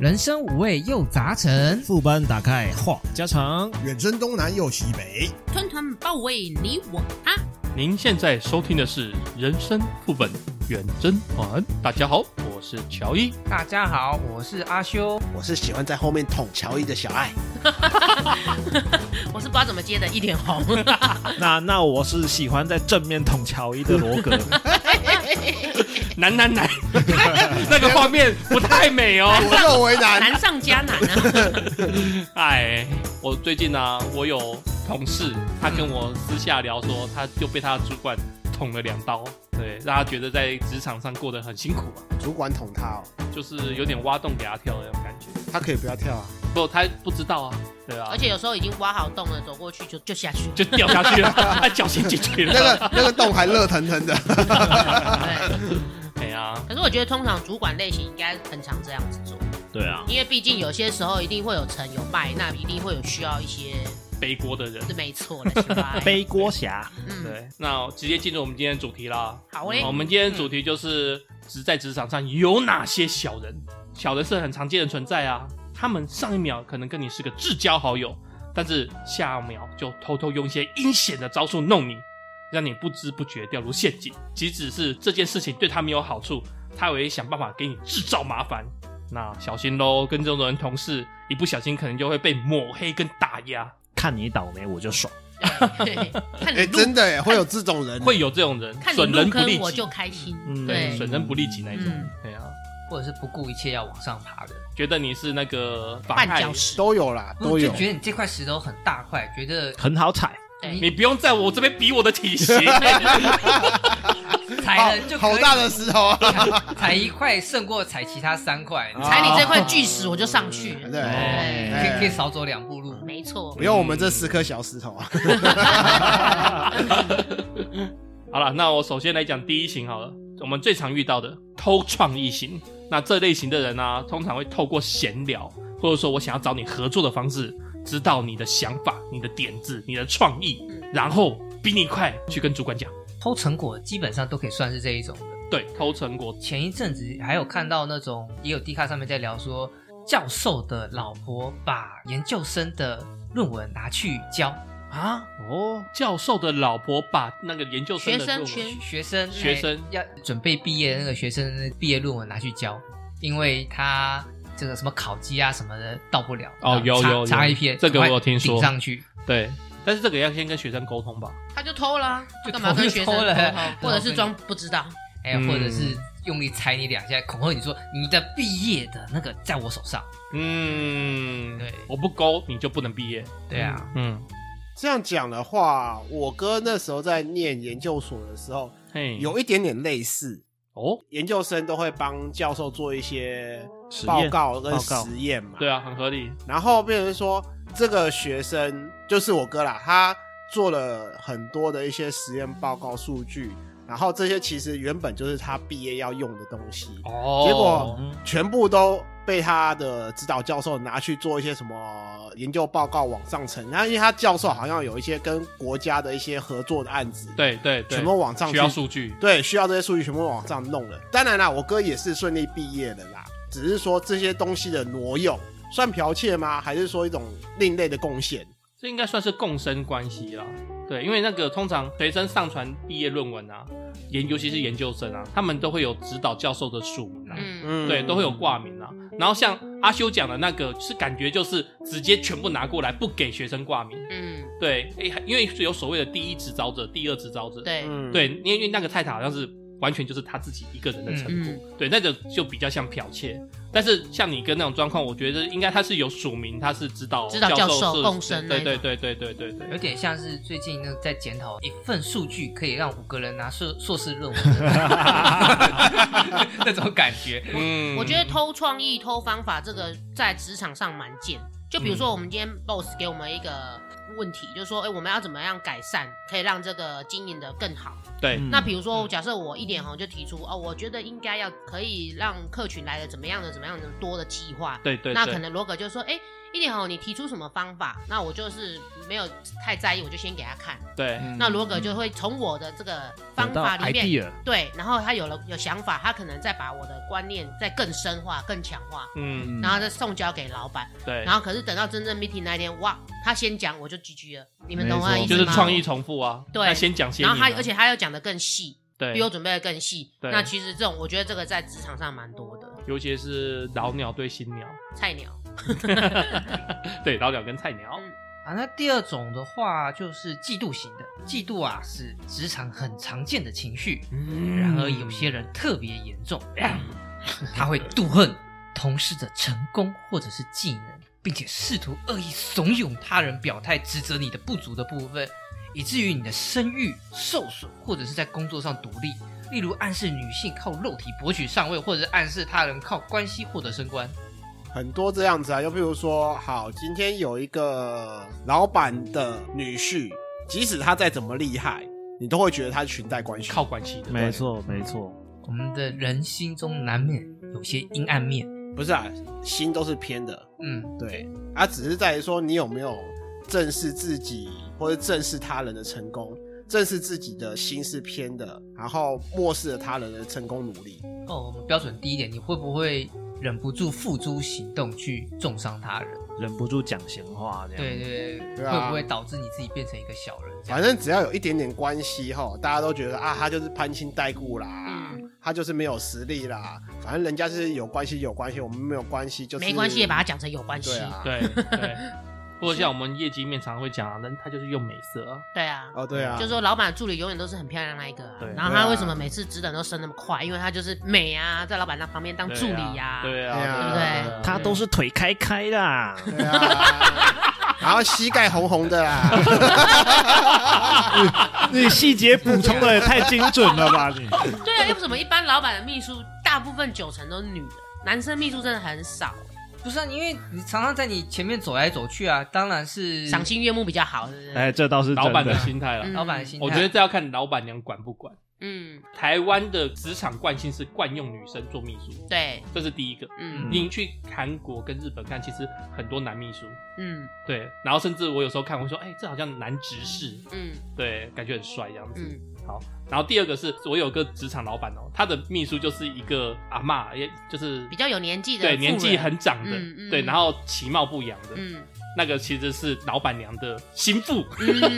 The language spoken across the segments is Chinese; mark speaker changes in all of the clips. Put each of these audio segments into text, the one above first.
Speaker 1: 人生五味又杂陈。
Speaker 2: 副班打开话家常，
Speaker 3: 远征东南又西北，
Speaker 4: 团团包围你我啊他。
Speaker 5: 您现在收听的是《人生副本远征团》，大家好，我是乔伊。
Speaker 1: 大家好，我是阿修。
Speaker 6: 我是喜欢在后面捅乔伊的小爱。
Speaker 4: 我是不知道怎么接的，一脸红。
Speaker 2: 那那我是喜欢在正面捅乔伊的罗 格，
Speaker 5: 难难 难，那个画面不太美哦。
Speaker 3: 左右为难。
Speaker 4: 难上加难啊！
Speaker 5: 哎，我最近呢、啊我有同事，他跟我私下聊说，他就被他的主管捅了两刀，对，让他觉得在职场上过得很辛苦啊，
Speaker 6: 主管捅他哦，
Speaker 5: 就是有点挖洞给他跳的那种感觉。
Speaker 6: 他可以不要跳啊。
Speaker 5: 不，他不知道啊，对啊，
Speaker 4: 而且有时候已经挖好洞了，走过去就就下去。
Speaker 5: 就掉下去了， 他侥幸进去
Speaker 6: 那
Speaker 5: 了。
Speaker 6: 个那个洞还热腾腾的，
Speaker 4: 对，
Speaker 5: 哎呀，
Speaker 4: 可是我觉得通常主管类型应该很常这样子做，
Speaker 2: 对啊，？
Speaker 4: 因为毕竟有些时候一定会有成有败，那一定会有需要一些，
Speaker 5: 背锅的人。
Speaker 4: 是没错的，是吧
Speaker 2: 背锅侠，
Speaker 4: 嗯，
Speaker 5: 对，那直接进入我们今天的主题啦。嗯
Speaker 4: 好诶
Speaker 5: 我们今天的主题就是职在职场上有哪些小人？小人是很常见的存在啊，他们上一秒可能跟你是个至交好友，但是下一秒就偷偷用一些阴险的招数弄你，让你不知不觉掉入陷阱。即使是这件事情对他没有好处，他也会想办法给你制造麻烦。那小心喽，跟这种人同事，一不小心可能就会被抹黑跟打压。
Speaker 2: 看你倒霉我就爽。
Speaker 4: 对，看
Speaker 6: 哎，
Speaker 4: 你入
Speaker 6: 真的耶，会有这种人，
Speaker 5: 会有这种人，
Speaker 4: 看你
Speaker 5: 损人
Speaker 4: 入
Speaker 5: 不利
Speaker 4: 坑我
Speaker 5: 己
Speaker 4: 就，开心
Speaker 2: 嗯，
Speaker 5: 对，
Speaker 4: 对，
Speaker 5: 损人不利己那一种
Speaker 4: 嗯，
Speaker 5: 对啊。
Speaker 1: 或者是不顾一切要往上爬的，
Speaker 5: 觉得你是那个妨
Speaker 4: 绊
Speaker 5: 害
Speaker 4: 脚，石。
Speaker 6: 都有啦，都有
Speaker 1: 就。觉得你这块石头很大块，觉 得
Speaker 2: 很好踩，
Speaker 5: 你不用在我这边比我的体型，
Speaker 1: 踩了就
Speaker 6: 好
Speaker 1: 可以
Speaker 6: 好大的石头啊！
Speaker 1: 踩 踩一块胜过踩其他三块，
Speaker 6: 啊
Speaker 4: 踩你这块巨石，我就上去了。
Speaker 6: 对，
Speaker 1: 哎
Speaker 6: 哎
Speaker 1: 可以可以少走两步路。
Speaker 4: 没错
Speaker 6: 不，用我们这四颗小石头啊。
Speaker 5: 好了，那我首先来讲第一型好了，我们最常遇到的偷创意型。那这类型的人呢、通常会透过闲聊，或者说我想要找你合作的方式，知道你的想法、你的点子、你的创意，然后比你快去跟主管讲。
Speaker 1: 偷成果基本上都可以算是这一种的。
Speaker 5: 对，偷成果，
Speaker 1: 前一阵子还有看到那种也有 D 卡上面在聊说，教授的老婆把研究生的论文拿去教啊，
Speaker 2: 哦，
Speaker 5: 教授的老婆把那个研究生
Speaker 4: 学
Speaker 5: 的
Speaker 4: 生
Speaker 5: 论文
Speaker 4: 圈
Speaker 1: 学生
Speaker 5: 学生
Speaker 1: 哎要准备毕业的那个学生的毕业论文拿去教，因为他这个什么考绩啊什么的到不了
Speaker 5: 哦有有有
Speaker 1: 差一篇，
Speaker 5: 这个
Speaker 1: 赶快
Speaker 5: 我有听说
Speaker 1: 顶上去
Speaker 5: 对，但是这个要先跟学生沟通吧。
Speaker 4: 他就偷啦，
Speaker 1: 就
Speaker 4: 干嘛
Speaker 1: 偷
Speaker 4: 跟学生
Speaker 1: 偷了
Speaker 4: 偷或者是装不知道。
Speaker 1: 哎，
Speaker 5: 嗯
Speaker 1: 或者是用力踩你两下，恐吓你说你的毕业的那个在我手上，
Speaker 5: 嗯，
Speaker 1: 对
Speaker 5: 我不勾你就不能毕业。
Speaker 1: 对啊，
Speaker 5: 嗯，
Speaker 6: 这样讲的话，我哥那时候在念研究所的时候，
Speaker 5: 嘿，
Speaker 6: 有一点点类似。
Speaker 5: 哦，
Speaker 6: 研究生都会帮教授做一些
Speaker 2: 实
Speaker 6: 报
Speaker 2: 验
Speaker 6: 告跟
Speaker 2: 报告
Speaker 6: 实验嘛，
Speaker 5: 对啊，很合理。
Speaker 6: 然后变成说，这个学生就是我哥啦，他做了很多的一些实验报告数据，然后这些其实原本就是他毕业要用的东西，
Speaker 5: 哦，
Speaker 6: 结果全部都被他的指导教授拿去做一些什么研究报告往上呈。然后因为他教授好像有一些跟国家的一些合作的案子，，
Speaker 5: 对对对，
Speaker 6: 全部往上
Speaker 5: 需要
Speaker 6: 去
Speaker 5: 数据，
Speaker 6: 对，需要这些数据全部往上弄了。当然啦，我哥也是顺利毕业的啦，只是说这些东西的挪用算剽窃吗？还是说一种另类的贡献？
Speaker 5: 这应该算是共生关系啦。对，因为那个通常学生上传毕业论文啊，研尤其是研究生啊，他们都会有指导教授的署名啊，
Speaker 4: 嗯，
Speaker 6: 嗯，
Speaker 5: 对，都会有挂名啊。然后像阿修讲的那个，是感觉就是直接全部拿过来，不给学生挂名。
Speaker 4: 嗯，
Speaker 5: 对，诶，因为有所谓的第一执照者、第二执照者，
Speaker 4: 对，
Speaker 6: 嗯，
Speaker 5: 对，因为因为那个泰塔好像是完全就是他自己一个人的成
Speaker 4: 嗯，
Speaker 5: 对，那个就比较像剽窃。但是像你跟那种状况，我觉得应该他是有署名，他是指导
Speaker 4: 指导教授
Speaker 5: 是
Speaker 4: 共生
Speaker 5: 对
Speaker 4: 那
Speaker 5: 对
Speaker 4: 一
Speaker 5: 对对对对对
Speaker 1: 有
Speaker 5: 对。
Speaker 1: 点像是最近呢在检讨一份数据可以让五个人拿硕硕士论 文的 那种感觉。
Speaker 5: 嗯
Speaker 4: 我觉得偷创意、偷方法这个在职场上蛮贱。就比如
Speaker 5: 嗯
Speaker 4: 说，我们今天 boss 给我们一个问题，就是说，哎、我们要怎么样改善，可以让这个经营的更好？
Speaker 5: 对，
Speaker 2: 嗯
Speaker 4: 那比如说，假设我一点红就提出，哦，我觉得应该要可以让客群来的怎么样的、怎么样的多的计划，
Speaker 5: 对对对，
Speaker 4: 那可能罗格就说，哎、一点好，你提出什么方法，那我就是没有太在意，我就先给他看。
Speaker 5: 对，
Speaker 2: 嗯
Speaker 4: 那罗格就会从我的这个方法里面，
Speaker 2: idea，
Speaker 4: 对，然后他有了有想法，他可能再把我的观念再更深化、更强化，
Speaker 5: 嗯，
Speaker 4: 然后再送交给老板。
Speaker 5: 对
Speaker 4: 然，后可是等到真正 meeting 那一天，哇，他先讲我就 GG 了，你们懂我
Speaker 2: 没
Speaker 4: 的
Speaker 2: 错
Speaker 4: 意思
Speaker 5: 就
Speaker 4: 吗？
Speaker 5: 是创意重复啊。
Speaker 4: 对
Speaker 5: 那先讲先赢
Speaker 4: 然
Speaker 5: 啊。
Speaker 4: 后他而且他又讲的更细，
Speaker 5: 对
Speaker 4: 比，我准备的更细。
Speaker 5: 对
Speaker 4: 那其实这种我觉得这个在职场上蛮多的，
Speaker 5: 尤其是老鸟对新 鸟，
Speaker 4: 菜鸟。
Speaker 5: 对老鸟跟菜鸟，
Speaker 1: 啊，那第二种的话就是嫉妒型的，嫉妒啊是职场很常见的情绪，
Speaker 5: 嗯
Speaker 1: 嗯然而有些人特别严重， 他会妒恨同事的成功或者是技能，并且试图恶意怂恿他人表态指责你的不足的部分，以至于你的声誉受损或者是在工作上独立，例如暗示女性靠肉体博取上位，或者是暗示他人靠关系获得升官。
Speaker 6: 很多这样子啊，又比如说，好，今天有一个老板的女婿，即使他再怎么厉害，你都会觉得他是裙带关系。
Speaker 5: 嗯靠关系的，
Speaker 2: 没错没错，
Speaker 1: 我们的人心中难免有些阴暗面，
Speaker 6: 不是啊，心都是偏的，
Speaker 1: 嗯。
Speaker 6: 对，啊，只是在于说你有没有正视自己或者正视他人的成功，正视自己的心是偏的，然后漠视了他人的成功努力。
Speaker 1: 哦，我们标准低一点，你会不会忍不住付诸行动去重伤他人？
Speaker 2: 忍不住讲闲话这样。
Speaker 1: 对对对，
Speaker 6: 对啊
Speaker 1: 会不会导致你自己变成一个小人？这样
Speaker 6: 反正只要有一点点关系哈，大家都觉得啊，他就是攀亲带故啦，
Speaker 4: 嗯
Speaker 6: 他就是没有实力啦，反正人家是有关系有关系，我们没有关系就是
Speaker 4: 没关系，也把它讲成有关系。
Speaker 6: 对啊，
Speaker 5: 对对。或者像我们业绩面常常会讲啊，但他就是用美色啊，
Speaker 4: 对啊，
Speaker 6: 哦对啊，
Speaker 4: 就说老板的助理永远都是很漂亮那一个啊
Speaker 5: 对。
Speaker 4: 然后他
Speaker 6: 对啊
Speaker 4: 为什么每次职等都升那么快？因为他就是美啊，在老板那旁边当助理呀。
Speaker 5: 对
Speaker 6: 对
Speaker 5: 啊，
Speaker 6: 啊
Speaker 5: 啊
Speaker 2: 他都是腿开开的啊，
Speaker 6: 对啊，然后膝盖红红的啊啦，
Speaker 2: 你细节补充的也太精准了吧你？
Speaker 4: 对啊，为什么一般老板的秘书大部分九成都是女的，男生秘书真的很少，
Speaker 1: 不是啊，因为你常常在你前面走来走去啊，当然
Speaker 5: 嗯
Speaker 1: 是
Speaker 4: 赏心悦目比较好，是不是？
Speaker 2: 哎，这倒是
Speaker 5: 老板
Speaker 2: 真
Speaker 5: 的心态了。
Speaker 4: 嗯
Speaker 1: 老板的心态。
Speaker 5: 我觉得这要看老板娘管不管。
Speaker 4: 嗯，
Speaker 5: 台湾的职场惯性是惯用女生做秘书，
Speaker 4: 对，
Speaker 5: 这是第一个。
Speaker 4: 嗯
Speaker 5: 你去韩国跟日本看，其实很多男秘书，
Speaker 4: 嗯
Speaker 5: 对，然后甚至我有时候看，我会说，哎、这好像男执事，
Speaker 4: 嗯
Speaker 5: 对，感觉很帅这样子。
Speaker 4: 嗯，
Speaker 5: 然后第二个是我有个职场老板哦，他的秘书就是一个阿嬷，也就是
Speaker 4: 比较有年纪的，
Speaker 5: 对年纪很，长的，
Speaker 4: 嗯嗯
Speaker 5: 对，然后其貌不扬的，
Speaker 4: 嗯
Speaker 5: 那个其实是老板娘的心腹。
Speaker 4: 嗯，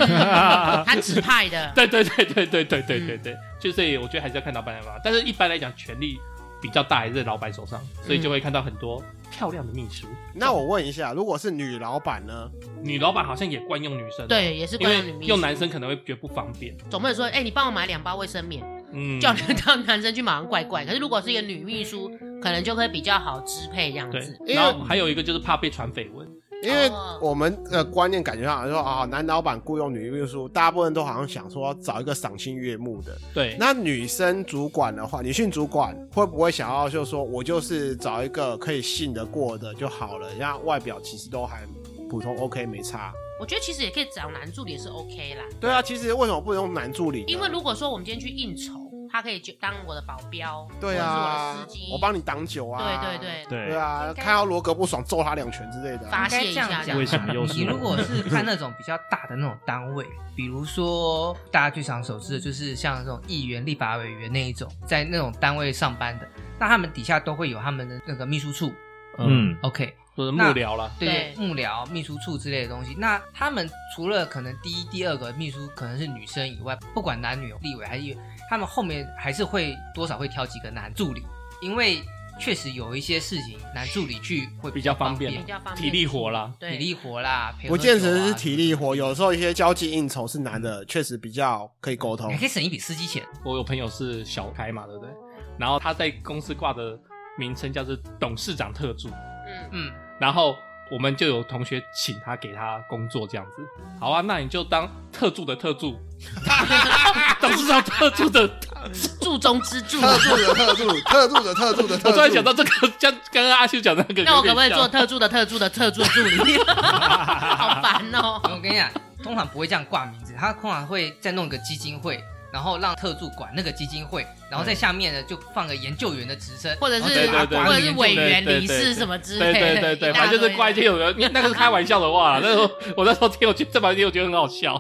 Speaker 4: 他指派的，
Speaker 5: 对对对对对对对
Speaker 4: 嗯
Speaker 5: 对对，就所以我觉得还是要看老板娘吧。但是一般来讲，权力比较大还是在老板手上，所以
Speaker 4: 嗯
Speaker 5: 就会看到很多漂亮的秘书。
Speaker 6: 那我问一下，如果是女老板呢？
Speaker 5: 女老板好像也惯用女生，，
Speaker 4: 对，也是
Speaker 5: 因
Speaker 4: 惯用女
Speaker 5: 为
Speaker 4: 秘书
Speaker 5: 用男生可能会觉得不方便。
Speaker 4: 总不能说，哎、你帮我买两包卫生棉，
Speaker 5: 嗯，
Speaker 4: 叫人到男生去马上怪怪。可是如果是一个女秘书，可能就会比较好支配这样
Speaker 5: 对
Speaker 4: 子。。
Speaker 6: 因为
Speaker 5: 然后还有一个就是怕被传绯闻，
Speaker 6: 因为
Speaker 4: 哦
Speaker 6: 我们的观念感觉上好像说啊，男老板雇佣女秘书，大部分都好像想说找一个赏心悦目的。
Speaker 5: 对，
Speaker 6: 那女生主管的话，女性主管会不会想要就说，我就是找一个可以信得过的就好了，人家外表其实都还普通，OK 没差。
Speaker 4: 我觉得其实也可以找男助理也是 OK 啦，
Speaker 6: 对啊，其实为什么不用男助理呢？
Speaker 4: 因为如果说我们今天去应酬，他可以就当我的保镖，
Speaker 6: 对
Speaker 4: 或者是我
Speaker 6: 啊
Speaker 4: 的司机，，
Speaker 6: 我帮你挡酒啊，
Speaker 5: 哦
Speaker 4: 对对对，
Speaker 2: 对
Speaker 6: 对啊，看到罗格不爽揍他两拳之类的啊、
Speaker 4: 发
Speaker 1: 应该
Speaker 4: 泄
Speaker 1: 这
Speaker 4: 一
Speaker 1: 样
Speaker 4: 下这
Speaker 1: 讲啊
Speaker 4: 样
Speaker 2: 为什么又是
Speaker 1: 你如果是看那种比较大的那种单位，比如说大家最常熟知的就是像这种议员、立法委员那一种，在那种单位上班的，那他们底下都会有他们的那个秘书处。
Speaker 2: 嗯，
Speaker 1: OK，
Speaker 5: 就是幕
Speaker 1: 那
Speaker 5: 僚了。
Speaker 1: 对
Speaker 4: 对
Speaker 1: 幕僚、秘书处之类的东西。那他们除了可能第一、第二个秘书可能是女生以外，不管男女立委还是议员他们后面还是会多少会挑几个男助理，因为确实有一些事情男助理去会
Speaker 5: 比较方
Speaker 1: 方
Speaker 5: 便
Speaker 4: 比较方便，
Speaker 5: 体力活啦
Speaker 4: 对，
Speaker 1: 体力活啦，陪
Speaker 6: 不
Speaker 1: 喝
Speaker 6: 见
Speaker 1: 酒
Speaker 6: 得
Speaker 1: 啊
Speaker 6: 是体力活，有时候一些交际应酬是男的，确实比较可以沟通
Speaker 1: 还。可以省一笔司机钱。
Speaker 5: 我有朋友是小开嘛，对不对？然后他在公司挂的名称叫是董事长特助，
Speaker 4: 嗯，
Speaker 1: 嗯，
Speaker 5: 然后我们就有同学请他给他工作这样子。好啊，那你就当特助的特助， 董事长特助的。
Speaker 4: 助中之助。啊
Speaker 6: 特助的特助，特助的特助的特助。
Speaker 5: 我突然想到这个，像刚刚阿修讲的那个，
Speaker 4: 那我
Speaker 5: 有
Speaker 4: 可
Speaker 5: 点
Speaker 4: 不可以
Speaker 5: 像
Speaker 4: 做特助的特助的特助助 理？好烦哦、哦
Speaker 1: 我跟你讲，通常不会这样挂名字，他通常会再弄一个基金会，然后让特助管那个基金会，然后在下面呢就放个研究员的职称，
Speaker 4: 或者
Speaker 5: 哦对
Speaker 4: 是啊
Speaker 5: 对对
Speaker 4: 或者是委员
Speaker 5: 对对对
Speaker 4: 理
Speaker 5: 对
Speaker 4: 事
Speaker 5: 对
Speaker 4: 什么之类
Speaker 5: 对
Speaker 4: 的，
Speaker 5: 对对对，
Speaker 4: 一大
Speaker 5: 反正就是
Speaker 4: 堆
Speaker 5: 怪天有人，那个是开玩笑的话啦。那时候我那时候听，我觉得这把天我觉得很好笑。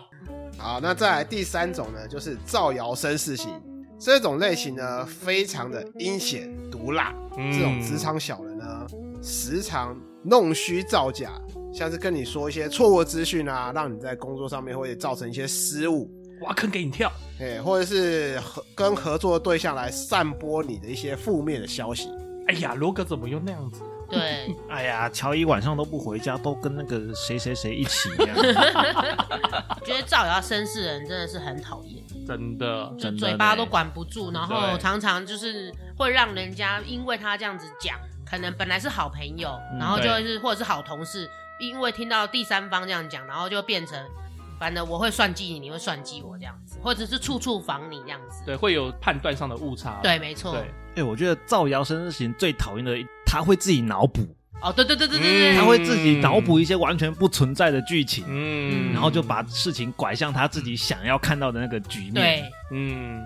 Speaker 6: 好，那再来第三种呢，就是造谣生事型。这种类型呢，非常的阴险毒辣。
Speaker 5: 嗯
Speaker 6: 这种职场小人呢，时常弄虚造假，像是跟你说一些错误资讯啊，让你在工作上面会造成一些失误，
Speaker 5: 挖坑给你跳，
Speaker 6: 哎，或者是合跟合作对象来散播你的一些负面的消息。
Speaker 5: 哎呀，罗哥怎么又那样子？
Speaker 4: 对，
Speaker 2: 哎呀，乔伊晚上都不回家，都跟那个谁谁谁一起一 样。
Speaker 4: 我觉得造谣生事的人真的是很讨厌，
Speaker 5: 真的，
Speaker 4: 就
Speaker 2: 真的
Speaker 4: 嘴巴
Speaker 2: 嘞
Speaker 4: 都管不住，然后
Speaker 5: 对
Speaker 4: 常常就是会让人家因为他这样子讲，可能本来是好朋友，
Speaker 2: 嗯
Speaker 4: 然后就
Speaker 5: 对
Speaker 4: 是或者是好同事，因为听到第三方这样讲，然后就变成。反正我会算计你，你会算计我这样子，或者是处处防你这样子。
Speaker 5: 对，会有判断上的误差。
Speaker 4: 对，没错。
Speaker 5: 对，
Speaker 2: 哎，我觉得造谣生事情最讨厌的，他会自己脑补，
Speaker 4: 哦，对对对对对
Speaker 5: 嗯
Speaker 2: 他
Speaker 4: 对，
Speaker 2: 会自己脑补一些完全不存在的剧情，
Speaker 5: 嗯
Speaker 2: 然后就把事情拐向他自己想要看到的那个局面。
Speaker 4: 对，
Speaker 5: 嗯，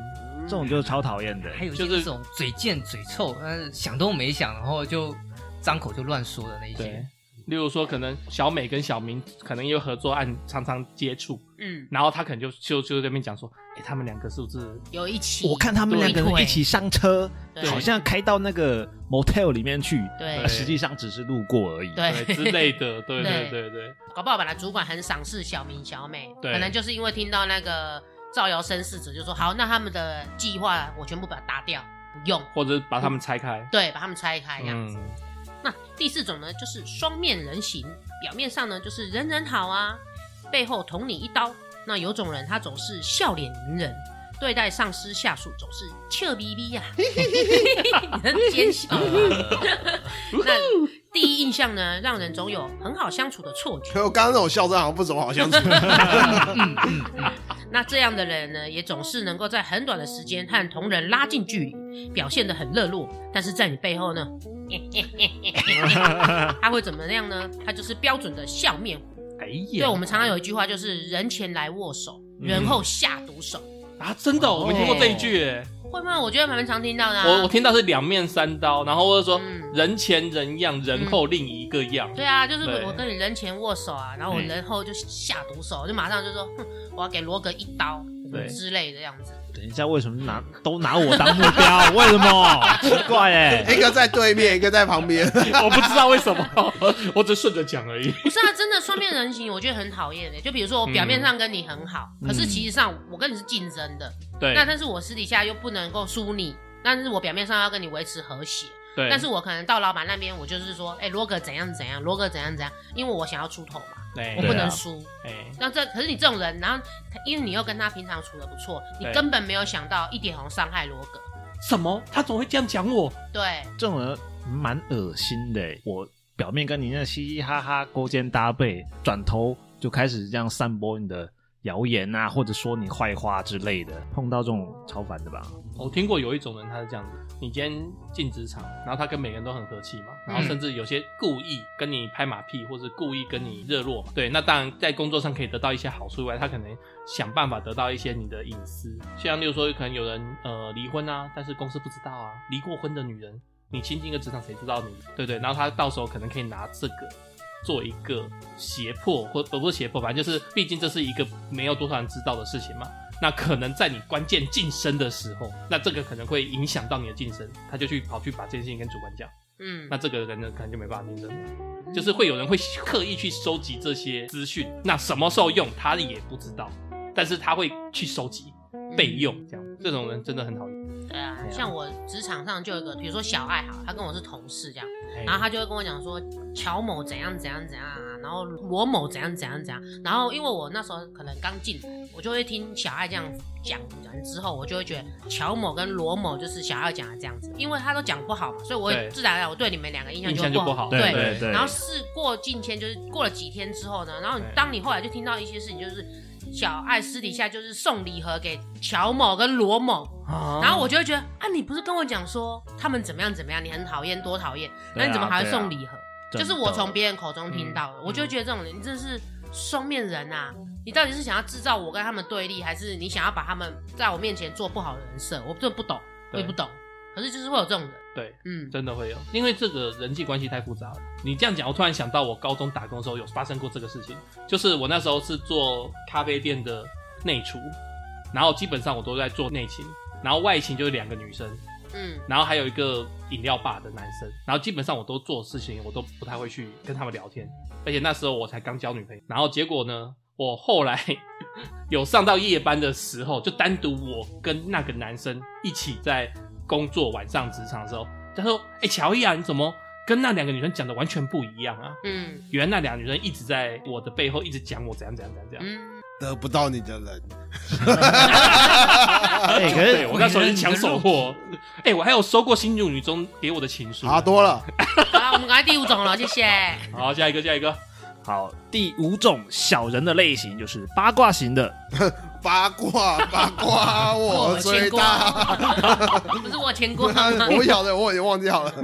Speaker 2: 这种就是超讨厌的。
Speaker 1: 还有一些
Speaker 5: 就是
Speaker 1: 那种嘴贱嘴臭，但是想都没想，然后就张口就乱说的那一
Speaker 5: 对
Speaker 1: 些。。
Speaker 5: 嗯例如说，可能小美跟小明可能也有合作案，常常接触，
Speaker 4: 嗯，
Speaker 5: 然后他可能就就就在那边讲说，哎、他们两个是不是
Speaker 4: 有一起。
Speaker 2: 我看他们两个人一起上车，
Speaker 4: 对
Speaker 2: 好像开到那个 motel 里面去，
Speaker 4: 对
Speaker 2: 啊实际上只是路过而已。
Speaker 4: 对
Speaker 5: 对之类的？
Speaker 4: 对
Speaker 5: 对对对对，
Speaker 4: 搞不好本来主管很赏识小明小美，
Speaker 5: 对
Speaker 4: 可能就是因为听到那个造谣生事者，就说好，那他们的计划我全部把它打掉，不用，
Speaker 5: 或者把他们拆开。
Speaker 4: 对，把他们拆开这样
Speaker 5: 嗯
Speaker 4: 子。，那第四种呢，就是双面人形，表面上呢就是人人好啊，背后捅你一刀。那有种人他总是笑脸迎人，对待上司下属总是俏逼逼呀， 你很 奸笑
Speaker 1: 嗯
Speaker 4: 啊。那第一印象呢，让人总有很好相处的错觉。
Speaker 6: 可我刚刚那种笑声好像不怎么好相处。
Speaker 1: 嗯
Speaker 4: 那这样的人呢，也总是能够在很短的时间和同人拉近距离，表现得很热络，但是在你背后呢， 他会怎么样呢？他就是标准的笑面虎。
Speaker 5: 哎
Speaker 4: 对，
Speaker 5: 呀，
Speaker 4: 我们常常有一句话就是“人前来握手，人后下毒手
Speaker 5: 啊，真的哦，我没听过这一句耶，”，
Speaker 4: 会吗？我觉得蛮常听到的、啊。
Speaker 5: 我我听到是两面三刀，然后或者说
Speaker 4: 嗯
Speaker 5: 人前人样，人后另一个样。
Speaker 4: 对啊，就是
Speaker 5: 对
Speaker 4: 我跟你人前握手啊，然后我
Speaker 5: 嗯
Speaker 4: 人后就下毒手，就马上就说，哼，我要给罗格一刀
Speaker 5: 对
Speaker 4: 之类的这样子。
Speaker 2: 等一下，为什么拿都拿我当目标？为什么？奇怪哎、
Speaker 6: 一个在对面，一个在旁边。
Speaker 5: 我不知道为什么， 我只是顺着讲而已。
Speaker 4: 不是啊，真的双面人形，我觉得很讨厌的。欸就比如说我表面上跟你很好，
Speaker 2: 嗯
Speaker 4: 可是其实上我跟你是竞争的，
Speaker 5: 对，
Speaker 4: 那但是我私底下又不能够输你，但是我表面上要跟你维持和谐，
Speaker 5: 对，
Speaker 4: 但是我可能到老板那边，我就是说，哎、罗格怎样怎样，罗格怎样怎样，因为我想要出头嘛，
Speaker 5: 哎
Speaker 4: 我
Speaker 2: 对啊
Speaker 4: 不能输。
Speaker 5: 哎，
Speaker 4: 那这可是你这种人，然后他因为你又跟他平常处的不错，你
Speaker 5: 对
Speaker 4: 根本没有想到一点红伤害罗格。
Speaker 5: 什么？他总会这样讲我？
Speaker 4: 对，
Speaker 2: 这种人蛮恶心的、欸。我表面跟你那嘻嘻哈哈勾肩搭背，转头就开始这样散播你的谣言啊，或者说你坏话之类的。碰到这种超烦的吧？
Speaker 5: 我听过有一种人，他是这样子：你今天进职场，然后他跟每个人都很和气嘛，然后甚至有些故意跟你拍马屁，或是故意跟你热络嘛。对，那当然在工作上可以得到一些好处以外，他可能想办法得到一些你的隐私。像例如说，可能有人呃离婚啊，但是公司不知道啊，离过婚的女人，你亲近一个职场，谁知道你？对对，然后他到时候可能可以拿这个。做一个胁迫，或不不是胁迫，反正就是，毕竟这是一个没有多少人知道的事情嘛。那可能在你关键晋升的时候，那这个可能会影响到你的晋升，他就去跑去把这件事情跟主管讲，
Speaker 4: 嗯
Speaker 5: 那，这个人呢可能就没办法晋升了。就是会有人会刻意去收集这些资讯，那什么时候用他也不知道，但是他会去收集备
Speaker 4: 嗯
Speaker 5: 用，这样这种人真的很讨厌。
Speaker 4: 对啊
Speaker 5: 对，啊
Speaker 4: 像我职场上就有一个，比如说小爱好，他跟我是同事这样，
Speaker 5: 哎
Speaker 4: 然后他就会跟我讲说乔某怎样怎样怎样啊，然后罗某怎样怎样怎样，然后因为我那时候可能刚进来，我就会听小爱这样讲完之后，我就会觉得乔某跟罗某就是小爱讲的这样子，因为他都讲不好嘛，所以我会
Speaker 5: 对
Speaker 4: 自然而然我对你们两个印象
Speaker 5: 印
Speaker 4: 就
Speaker 5: 象
Speaker 4: 会
Speaker 5: 就
Speaker 4: 不
Speaker 5: 不好，
Speaker 4: 对。
Speaker 2: 对
Speaker 4: 然后事过境迁，就是过了几天之后呢，然后你
Speaker 5: 对
Speaker 4: 当你后来就听到一些事情，就是小爱私底下就是送礼盒给乔某跟罗某，
Speaker 5: 啊
Speaker 4: 然后我就会觉得啊，你不是跟我讲说他们怎么样怎么样，你很讨厌，多讨厌，
Speaker 2: 对啊
Speaker 4: 那你怎么还会
Speaker 2: 对啊
Speaker 4: 送礼盒？就是我从别人口中听到的，
Speaker 5: 嗯
Speaker 4: 我就觉得这种人你真的是双面人啊！你到底是想要制造我跟他们对立，还是你想要把他们在我面前做不好的人设？我这不懂，我也不懂。可是就是会有这种人，
Speaker 5: 对，
Speaker 4: 嗯，
Speaker 5: 真的会有，因为这个人际关系太复杂了。你这样讲，我突然想到我高中打工的时候有发生过这个事情，就是我那时候是做咖啡店的内厨，然后基本上我都在做内勤，然后外勤就是两个女生，
Speaker 4: 嗯，
Speaker 5: 然后还有一个饮料吧的男生，然后基本上我都做事情，我都不太会去跟他们聊天，而且那时候我才刚交女朋友，然后结果呢，我后来 有上到夜班的时候，就单独我跟那个男生一起在工作，晚上职场的时候，他说：“哎、乔伊啊，你怎么跟那两个女生讲的完全不一样啊？
Speaker 4: 嗯
Speaker 5: 原来那两个女生一直在我的背后一直讲我怎样怎样怎样怎
Speaker 4: 嗯，
Speaker 5: 样。
Speaker 6: 得不到你的人，
Speaker 2: 哎，可
Speaker 5: 对
Speaker 2: 是
Speaker 5: 我那时候是抢手货，哎、我还有收过新入女中给我的情书。
Speaker 6: 好多了。
Speaker 4: 好，我们赶快第五种了，谢谢。
Speaker 5: 好，下一个，下一个。
Speaker 2: 好，第五种小人的类型就是八卦型的，
Speaker 6: 八卦八卦， 我最大。
Speaker 4: 不是我签过吗？
Speaker 6: 我晓得，我已经忘记好 了。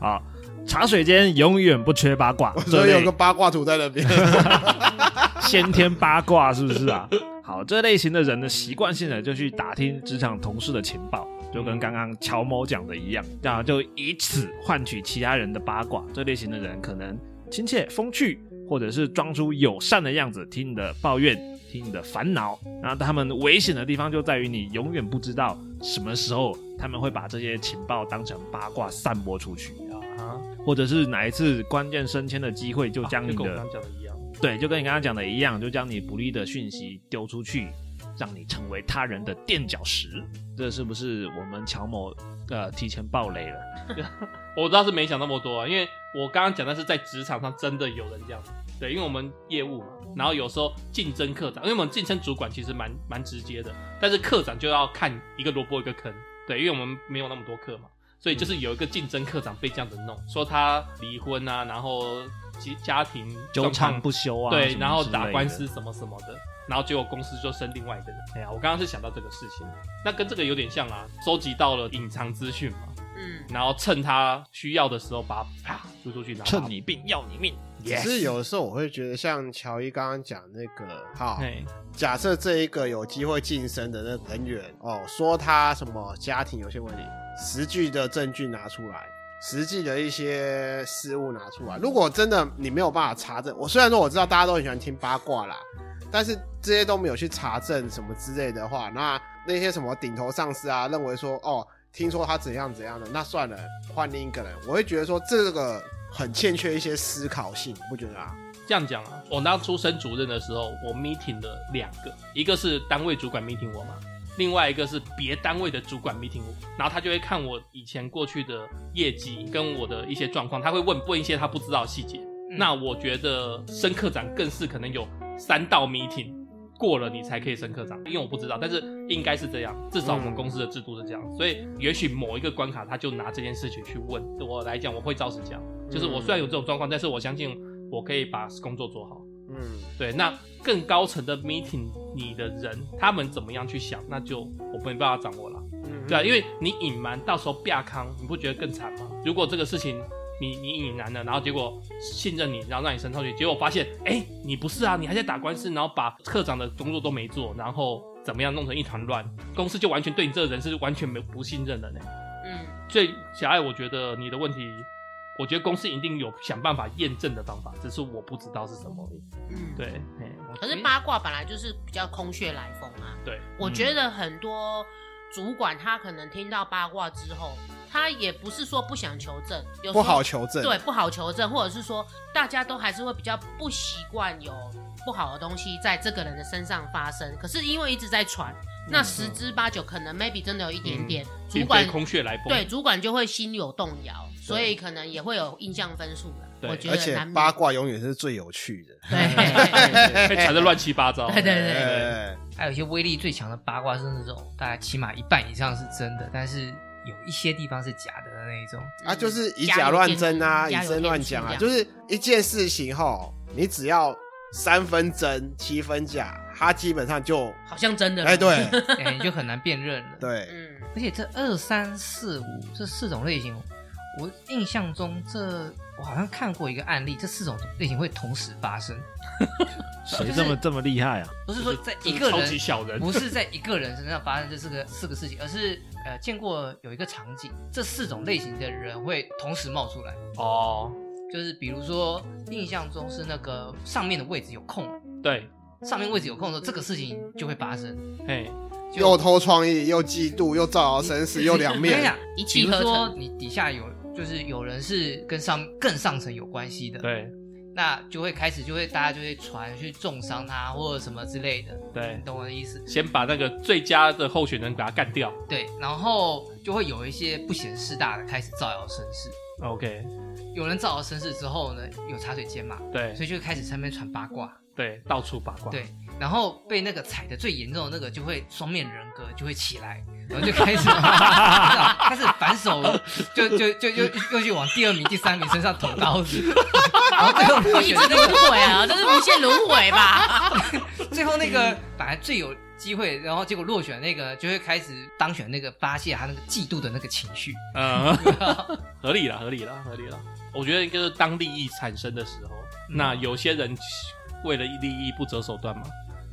Speaker 2: 啊，茶水间永远不缺八卦，
Speaker 6: 所
Speaker 2: 这
Speaker 6: 以有个
Speaker 2: 类
Speaker 6: 八卦图在那边。
Speaker 2: 先天八卦是不是啊？好，这类型的人呢，习惯性的就去打听职场同事的情报，就跟刚刚乔某讲的一样，啊，就以此换取其他人的八卦。这类型的人可能亲切风趣，或者是装出友善的样子，听你的抱怨，听你的烦恼。那他们危险的地方就在于你永远不知道什么时候他们会把这些情报当成八卦散播出去。
Speaker 5: 啊，
Speaker 2: 或者是哪一次关键升迁的机会，就将你
Speaker 5: 就跟我
Speaker 2: 的、
Speaker 5: 刚刚讲的一样，
Speaker 2: 对，就跟你刚刚讲的一样，就将你不利的讯息丢出去，让你成为他人的垫脚石。这是不是我们乔某呃提前爆雷了？
Speaker 5: 我倒是没想那么多啊，因为我刚刚讲的是在职场上真的有人这样子，对，因为我们业务嘛，然后有时候竞争科长，因为我们竞争主管其实蛮蛮直接的，但是科长就要看一个萝卜一个坑，对，因为我们没有那么多课嘛，所以就是
Speaker 2: 嗯
Speaker 5: 有一个竞争科长被这样子弄，说他离婚啊，然后家家庭
Speaker 2: 纠
Speaker 5: 状
Speaker 2: 缠
Speaker 5: 况
Speaker 2: 不休啊，
Speaker 5: 对
Speaker 2: 什，么
Speaker 5: 然后
Speaker 2: 之类
Speaker 5: 打
Speaker 2: 的
Speaker 5: 官司什么什么的，然后结果公司就生另外一个人。哎呀，我刚刚是想到这个事情，那跟这个有点像啊，收集到了隐藏资讯嘛，
Speaker 4: 嗯，
Speaker 5: 然后趁他需要的时候把它啪丢出去，然后
Speaker 2: 趁
Speaker 5: 把
Speaker 2: 你病要你命。
Speaker 6: 只是有的时候我会觉得，像乔伊刚刚讲那个，好，
Speaker 5: 哎
Speaker 6: 假设这一个有机会晋升的那人员哦，说他什么家庭有些问题，实际的证据拿出来，实际的一些事物拿出来。如果真的你没有办法查证，我虽然说我知道大家都很喜欢听八卦啦，但是这些都没有去查证什么之类的话，那那些什么顶头上司啊，认为说哦，听说他怎样怎样的，那算了，换另一个人，我会觉得说这个很欠缺一些思考性，你不觉得啊？
Speaker 5: 这样讲啊，我当初升主任的时候，我 meeting 了两个，一个是单位主管 meeting 我嘛，另外一个是别单位的主管 meeting 我，然后他就会看我以前过去的业绩跟我的一些状况，他会问问一些他不知道的细节。
Speaker 1: 嗯
Speaker 5: 那我觉得升科长更是可能有三道 meeting 过了你才可以升科长，因为我不知道，但是应该是这样，至少我们公司的制度是这样，所以也许某一个关卡他就拿这件事情去问我来讲，我会照实讲，就是我虽然有这种状况，但是我相信我可以把工作做好。
Speaker 6: 嗯。
Speaker 5: 对，那更高层的 meeting 你的人他们怎么样去想，那就我没办法掌握了。
Speaker 6: 嗯
Speaker 5: 对啊，因为你隐瞒，到时候亚康，你不觉得更惨吗？如果这个事情你你隐瞒了，然后结果信任你，然后让你升上去，结果发现，哎，你不是啊，你还在打官司，然后把科长的工作都没做，然后怎么样弄成一团乱，公司就完全对你这个人是完全没有不信任的呢。
Speaker 4: 嗯，
Speaker 5: 所以小爱，我觉得你的问题，我觉得公司一定有想办法验证的方法，只是我不知道是什么而已。
Speaker 4: 嗯，。
Speaker 5: 对，嘿
Speaker 4: 可是八卦本来就是比较空穴来风啊。
Speaker 5: 对，
Speaker 4: 我
Speaker 6: 嗯
Speaker 4: 觉得很多主管他可能听到八卦之后，他也不是说不想求证，有时
Speaker 6: 不
Speaker 4: 候
Speaker 6: 好求证。
Speaker 4: 对，不好求证，或者是说大家都还是会比较不习惯有不好的东西在这个人的身上发生。可是因为一直在传，
Speaker 6: 嗯
Speaker 4: 那十之八九可能 maybe 真的有一点点、主
Speaker 5: 并
Speaker 4: 管
Speaker 5: 非空穴来风。
Speaker 4: 对，主管就会心有动摇，所以可能也会有印象分数的。
Speaker 5: 对
Speaker 4: 我觉
Speaker 6: 而
Speaker 4: 得
Speaker 6: 且
Speaker 4: 难免
Speaker 6: 八卦永远是最有趣的。
Speaker 4: 对
Speaker 5: 被传的乱七八糟。
Speaker 4: 对对对
Speaker 6: 哎
Speaker 1: 还有一些威力最强的八卦是那种大概起码一半以上是真的，但是有一些地方是假的那一种。
Speaker 6: 啊，就是以假乱真啊，以
Speaker 4: 嗯加油
Speaker 6: 真乱讲啊，
Speaker 4: 添醋
Speaker 6: 就是一件事情吼，你只要三分真七分假，它基本上就
Speaker 4: 好像真的。
Speaker 6: 哎， 对
Speaker 1: 哎、你就很难辨认了。，
Speaker 6: 对，
Speaker 4: 嗯，
Speaker 1: 而且这二三四五这四种类型，我印象中这我好像看过一个案例，这四种类型会同时发生，
Speaker 2: 谁这么这么厉害啊？
Speaker 1: 不是
Speaker 5: 就
Speaker 1: 说
Speaker 5: 是
Speaker 1: 在
Speaker 5: 就是
Speaker 1: 一个
Speaker 5: 超级
Speaker 1: 人，
Speaker 5: 小人，
Speaker 1: 不是在一个人身上发生这四个四个事情，而是呃见过有一个场景，这四种类型的人会同时冒出来，
Speaker 5: 哦，
Speaker 1: 就是比如说印象中是那个上面的位置有空，
Speaker 5: 对，
Speaker 1: 上面位置有空的时候，这个事情就会发生，
Speaker 5: 嘿，
Speaker 1: 就
Speaker 6: 又偷创意，又嫉妒，又造谣生事，又
Speaker 1: 我
Speaker 6: 两
Speaker 1: 跟你
Speaker 6: 面
Speaker 1: 讲。
Speaker 4: 一气
Speaker 1: 比如
Speaker 4: 呵
Speaker 1: 说
Speaker 4: 成。
Speaker 1: 你底下有，就是有人是跟上更上层有关系的，，
Speaker 5: 对
Speaker 1: 那就会开始就会大家就会传去重伤他或者什么之类的，
Speaker 5: 对
Speaker 1: 你，懂我的意思？
Speaker 5: 先把那个最佳的候选人给他干掉。
Speaker 1: 对，然后就会有一些不嫌事大的开始造谣生事，
Speaker 5: OK，
Speaker 1: 有人造谣生事之后呢，有茶水间嘛，
Speaker 5: 对
Speaker 1: 所以就开始上面传八卦，
Speaker 5: 对，到处八卦。
Speaker 1: 对，然后被那个踩的最严重的那个就会双面人格就会起来，然后就开始 开始反手，就就就就又去往第二名、第三名身上捅刀子，然后最后
Speaker 4: 我
Speaker 1: 落
Speaker 4: 一
Speaker 1: 选
Speaker 4: 直
Speaker 1: 那个，
Speaker 4: 轮回啊，这是无限轮回 吧？
Speaker 1: 最后那个本来最有机会，然后结果落选那个就会开始当选那个发泄他那个嫉妒的那个情绪，
Speaker 5: 嗯， 合理了，合理了，合理了。我觉得就是当利益产生的时候，
Speaker 1: 嗯
Speaker 5: 那有些人为了利益不择手段嘛，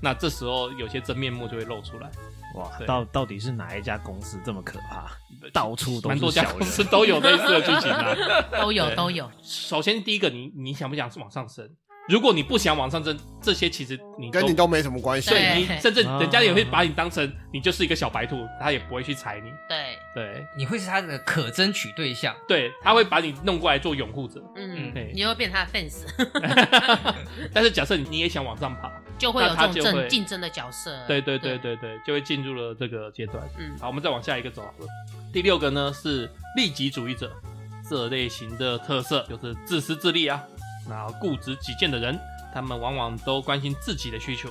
Speaker 5: 那这时候有些真面目就会露出来。
Speaker 2: 哇，
Speaker 5: 对
Speaker 2: 到到底是哪一家公司这么可怕？到处都
Speaker 5: 蛮
Speaker 2: 是
Speaker 5: 多家
Speaker 2: 小
Speaker 5: 公
Speaker 2: 人，
Speaker 5: 司 都有类似的剧情啊。
Speaker 4: 都有
Speaker 5: 对
Speaker 4: 都有，
Speaker 5: 首先第一个，你你想不想往上升？如果你不想往上升，这些其实你
Speaker 6: 跟你都没什么关系，
Speaker 5: 对
Speaker 4: 对
Speaker 5: 你，甚至人家也会把你当成你就是一个小白兔，他也不会去踩你。
Speaker 4: 对，
Speaker 5: 对
Speaker 1: 你会是他的可争取对象。
Speaker 5: 对，他会把你弄过来做拥护者。
Speaker 4: 嗯
Speaker 5: 对，
Speaker 4: 你又变他的 fans，
Speaker 5: 但是假设你也想往上爬，
Speaker 4: 就会有
Speaker 5: 那他
Speaker 4: 这种
Speaker 5: 就会
Speaker 4: 正竞争的角色。
Speaker 5: 对对对，对对，就会进入了这个阶段。
Speaker 4: 嗯，
Speaker 5: 好，我们再往下一个走好了。第六个呢是利己主义者，这类型的特色就是自私自利啊，然后固执己见的人，他们往往都关心自己的需求，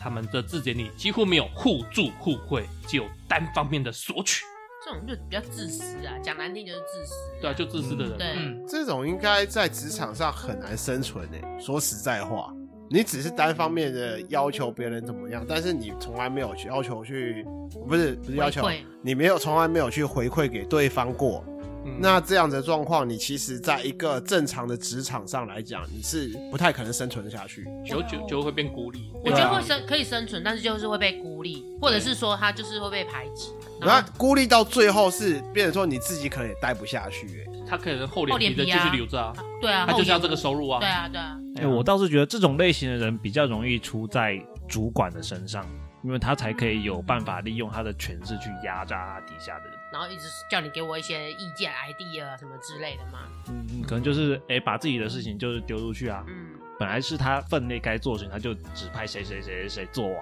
Speaker 5: 他们的字典里几乎没有互助互惠，只有单方面的索取。
Speaker 4: 这种就比较自私啊，讲难听就是自私。
Speaker 5: 对啊，就自私的人。
Speaker 4: 对
Speaker 1: 嗯，
Speaker 6: 这种应该在职场上很难生存诶、说实在话，你只是单方面的要求别人怎么样，但是你从来没有去要求去，不是不是要求
Speaker 4: 回馈，
Speaker 6: 你没有从来没有去回馈给对方过。
Speaker 5: 嗯
Speaker 6: 那这样的状况，你其实在一个正常的职场上来讲，你是不太可能生存下去。
Speaker 4: 嗯
Speaker 5: 久久就会变孤立。
Speaker 4: 哦我觉
Speaker 5: 对
Speaker 4: 得
Speaker 5: 啊
Speaker 4: 会生可以生存，但是就是会被孤立，或者是说他就是会被排挤，
Speaker 6: 那
Speaker 5: 啊
Speaker 4: 然后
Speaker 6: 孤立到最后是变成说你自己可能也待不下去、欸，
Speaker 5: 他可能厚脸皮的继续留着啊，
Speaker 4: 对啊，
Speaker 5: 他就是要这个
Speaker 4: 手。
Speaker 5: 收入啊。
Speaker 4: 对啊对啊，
Speaker 2: 哎、
Speaker 5: 哎呀，
Speaker 2: 我倒是觉得这种类型的人比较容易出在主管的身上，因为他才可以有办法利用他的权势去压榨他底下的人。
Speaker 4: 然后一直叫你给我一些意见、idea 啊什么之类的嘛。
Speaker 2: 嗯，嗯可能就是哎、把自己的事情就是丢出去啊。
Speaker 4: 嗯，
Speaker 2: 本来是他分内该做的事情，他就指派谁谁谁谁谁做完，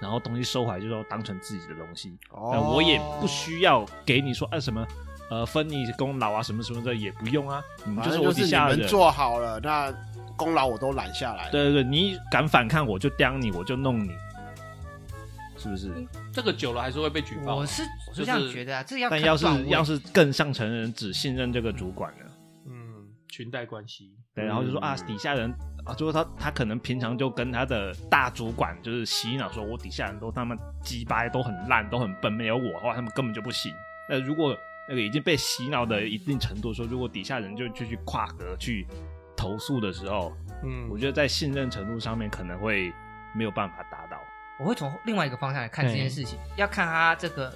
Speaker 2: 然后东西收回来就说当成自己的东西。那
Speaker 6: 哦
Speaker 2: 我也不需要给你说啊什么，呃，分你功劳啊什么什么的也不用啊，你们
Speaker 6: 哦反
Speaker 2: 是
Speaker 6: 正
Speaker 2: 我
Speaker 6: 就是
Speaker 2: 底
Speaker 6: 你
Speaker 2: 下的
Speaker 6: 们
Speaker 2: 人。
Speaker 6: 做好了，那功劳我都揽下来。
Speaker 2: 对对对，你敢反抗我就刁你，我就弄你，是不是？
Speaker 5: 这个久了还是会被举报啊
Speaker 1: 我。是我
Speaker 5: 就是
Speaker 1: 是这样觉得啊，这要
Speaker 2: 但
Speaker 1: 看
Speaker 2: 要是
Speaker 1: 段位
Speaker 2: 要是更上层的人只信任这个主管了，
Speaker 5: 嗯，裙带关系。
Speaker 2: 对，然后就说啊，底下人啊，就是他他可能平常就跟他的大主管就是洗脑，说我底下人都他妈鸡掰，都很烂，都很笨，没有我的话，他们根本就不行。那如果那个已经被洗脑的一定程度说，如果底下人就就去跨河去投诉的时候，
Speaker 5: 嗯，
Speaker 2: 我觉得在信任程度上面可能会没有办法达到。
Speaker 1: 我会从另外一个方向来看这件事情，要看他这个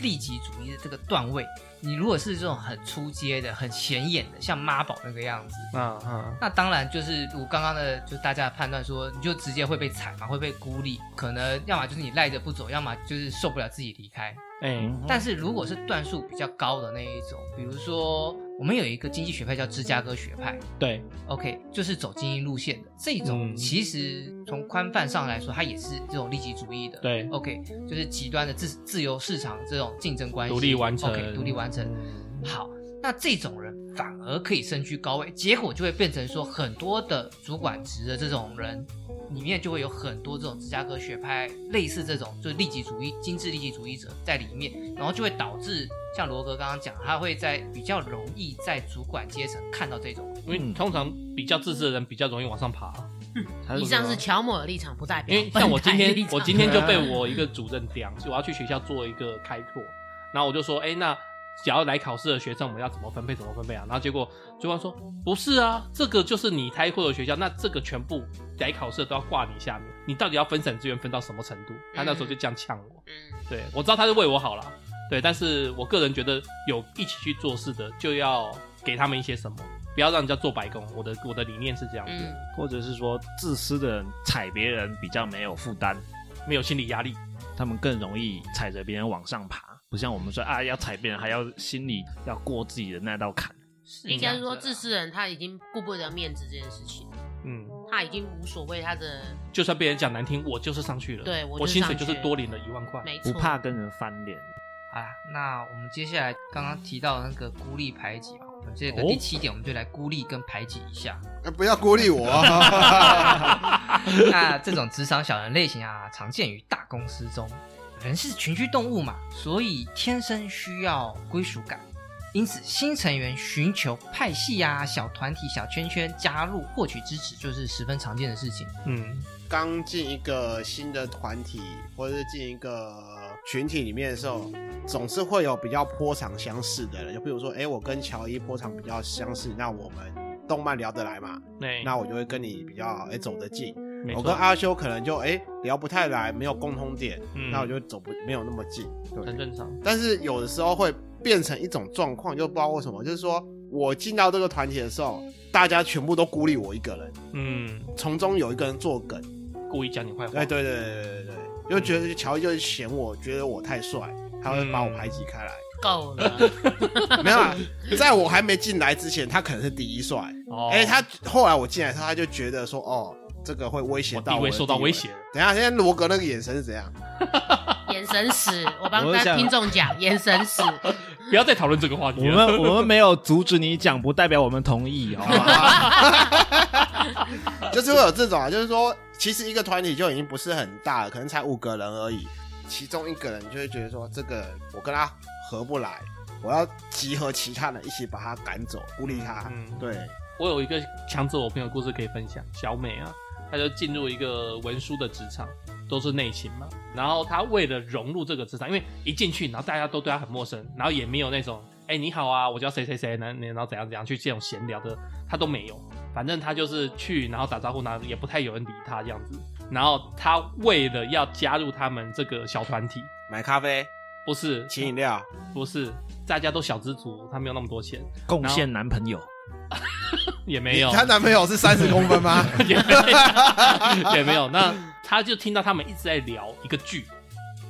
Speaker 1: 利己主义的这个段位。你如果是这种很出街的、很显眼的，像妈宝那个样子，
Speaker 5: 得啊啊，
Speaker 1: 那当然就是我刚刚的，就大家的判断说，你就直接会被踩嘛，会被孤立，可能要么就是你赖着不走，要么就是受不了自己离开。
Speaker 5: 哎，
Speaker 1: 但是如果是段数比较高的那一种，比如说我们有一个经济学派叫芝加哥学派，
Speaker 5: 对，
Speaker 1: OK，就是走精英路线的这种，
Speaker 5: 嗯
Speaker 1: 其实从宽泛上来说，它也是这种利己主义的。
Speaker 5: 对
Speaker 1: ，OK，就是极端的自自由市场这种竞争关系，
Speaker 5: 独立完成嗯
Speaker 1: OK，独立完成。好，那这种人反而可以身居高位，结果就会变成说，很多的主管职的这种人里面就会有很多这种芝加哥学派类似这种，就是利己主义、精致利己主义者在里面，然后就会导致像罗格刚刚讲，他会在比较容易在主管阶层看到这种。
Speaker 5: 因为通常比较自私的人比较容易往上爬，啊
Speaker 4: 嗯以上是乔某的立场，不代表
Speaker 5: 因为像我今
Speaker 4: 本台立
Speaker 5: 天，
Speaker 4: 场
Speaker 5: 我今天就被我一个主任刁，我要去学校做一个开拓，然后我就说，哎，那想要来考试的学生，我们要怎么分配，怎么分配啊？然后结果主管说不是啊，这个就是你开会的学校，那这个全部来考试都要挂你下面，你到底要分省资源分到什么程度？他那时候就这样呛我，
Speaker 4: 嗯，
Speaker 5: 对我知道他是为我好啦，对，但是我个人觉得有一起去做事的，就要给他们一些什么，不要让人家做白工。我的我的理念是这样子，
Speaker 4: 嗯
Speaker 2: 或者是说自私的人踩别人比较没有负担，
Speaker 5: 没有心理压力。
Speaker 2: 他们更容易踩着别人往上爬，不像我们说啊要踩别人还要心里要过自己的那道坎。
Speaker 1: 是
Speaker 4: 应
Speaker 1: 这样
Speaker 4: 该
Speaker 1: 子
Speaker 4: 说
Speaker 5: 啊
Speaker 1: 啦
Speaker 4: 自私人他已经顾不得面子这件事情，
Speaker 5: 嗯，
Speaker 4: 他已经无所谓他的
Speaker 5: 就算被人讲难听，我就是上去了，
Speaker 4: 对
Speaker 5: 我
Speaker 4: 我就是
Speaker 5: 薪
Speaker 4: 上
Speaker 5: 水
Speaker 4: 去
Speaker 5: 就是多领了一万块。
Speaker 4: 没错，
Speaker 2: 不怕跟人翻脸，
Speaker 1: 好啦，那我们接下来刚刚提到的那个孤立排挤嘛，我们这个第七点，我们就来孤立跟排挤一下。
Speaker 6: 呃不要孤立我。
Speaker 1: 那这种职场小人类型啊，常见于大公司中。人是群居动物嘛，所以天生需要归属感，因此新成员寻求派系啊、小团体、小圈圈加入获取支持，就是十分常见的事情。
Speaker 5: 嗯，
Speaker 6: 刚进一个新的团体或者是进一个群体里面的时候，总是会有比较颇长相似的人。就比如说，哎，我跟乔伊颇长比较相似，那我们动漫聊得来嘛，
Speaker 5: 那
Speaker 6: 那我就会跟你比较哎走得近。
Speaker 5: 嗯没
Speaker 6: 我
Speaker 5: 错
Speaker 6: 跟阿修可能就哎聊不太来，没有共通点，
Speaker 5: 嗯
Speaker 6: 那我就走不没有那么近。
Speaker 5: 很正常。
Speaker 6: 但是有的时候会变成一种状况，就不知道为什么，就是说我进到这个团体的时候，大家全部都孤立我一个人，
Speaker 5: 嗯，
Speaker 6: 从中有一个人做梗，
Speaker 5: 故意讲你坏话。
Speaker 6: 哎，对对对对对对，又觉得乔伊就是嫌我觉得我太帅，他会把我排挤开来。
Speaker 4: 够了，
Speaker 6: 没有啊，在我还没进来之前，他可能是第一帅，
Speaker 5: 哦，
Speaker 6: 哎、他后来我进来的时候，他就觉得说，哦，这个会威胁
Speaker 5: 我
Speaker 6: 到
Speaker 5: 地
Speaker 6: 我
Speaker 5: 位
Speaker 6: 的
Speaker 5: 受到
Speaker 6: 地
Speaker 5: 威胁了。
Speaker 6: 等一下，现在罗格那个眼神是怎样？
Speaker 4: 眼神死，我帮
Speaker 2: 我
Speaker 4: 大家
Speaker 2: 想
Speaker 4: 听众讲，眼神死，
Speaker 5: 不要再讨论这个话
Speaker 2: 我
Speaker 5: 题了。
Speaker 2: 们我们没有阻止你讲，不代表我们同意，好吗？
Speaker 6: 就是会有这种啊，就是说，其实一个团体就已经不是很大了，可能才五个人而已，其中一个人就会觉得说，这个人我跟他合不来，我要集合其他人一起把他赶走，孤立他。
Speaker 5: 嗯
Speaker 6: 对，
Speaker 5: 我有一个强者我朋友的故事可以分享。小美啊，她就进入一个文书的职场，都是内勤嘛。然后她为了融入这个职场，因为一进去，然后大家都对她很陌生，然后也没有那种哎、你好啊，我叫谁谁谁，然后然后怎样怎样去这种闲聊的，她都没有。反正她就是去，然后打招呼，然后也不太有人理她这样子。然后她为了要加入他们这个小团体，
Speaker 6: 买咖啡，
Speaker 5: 不是，
Speaker 6: 请饮料，
Speaker 5: 不是，大家都小资族，她没有那么多钱，
Speaker 2: 贡献男朋友，
Speaker 5: 也没有。
Speaker 6: 她男朋友是三十公分吗？
Speaker 5: 也没有， 也没有。那他就听到他们一直在聊一个剧，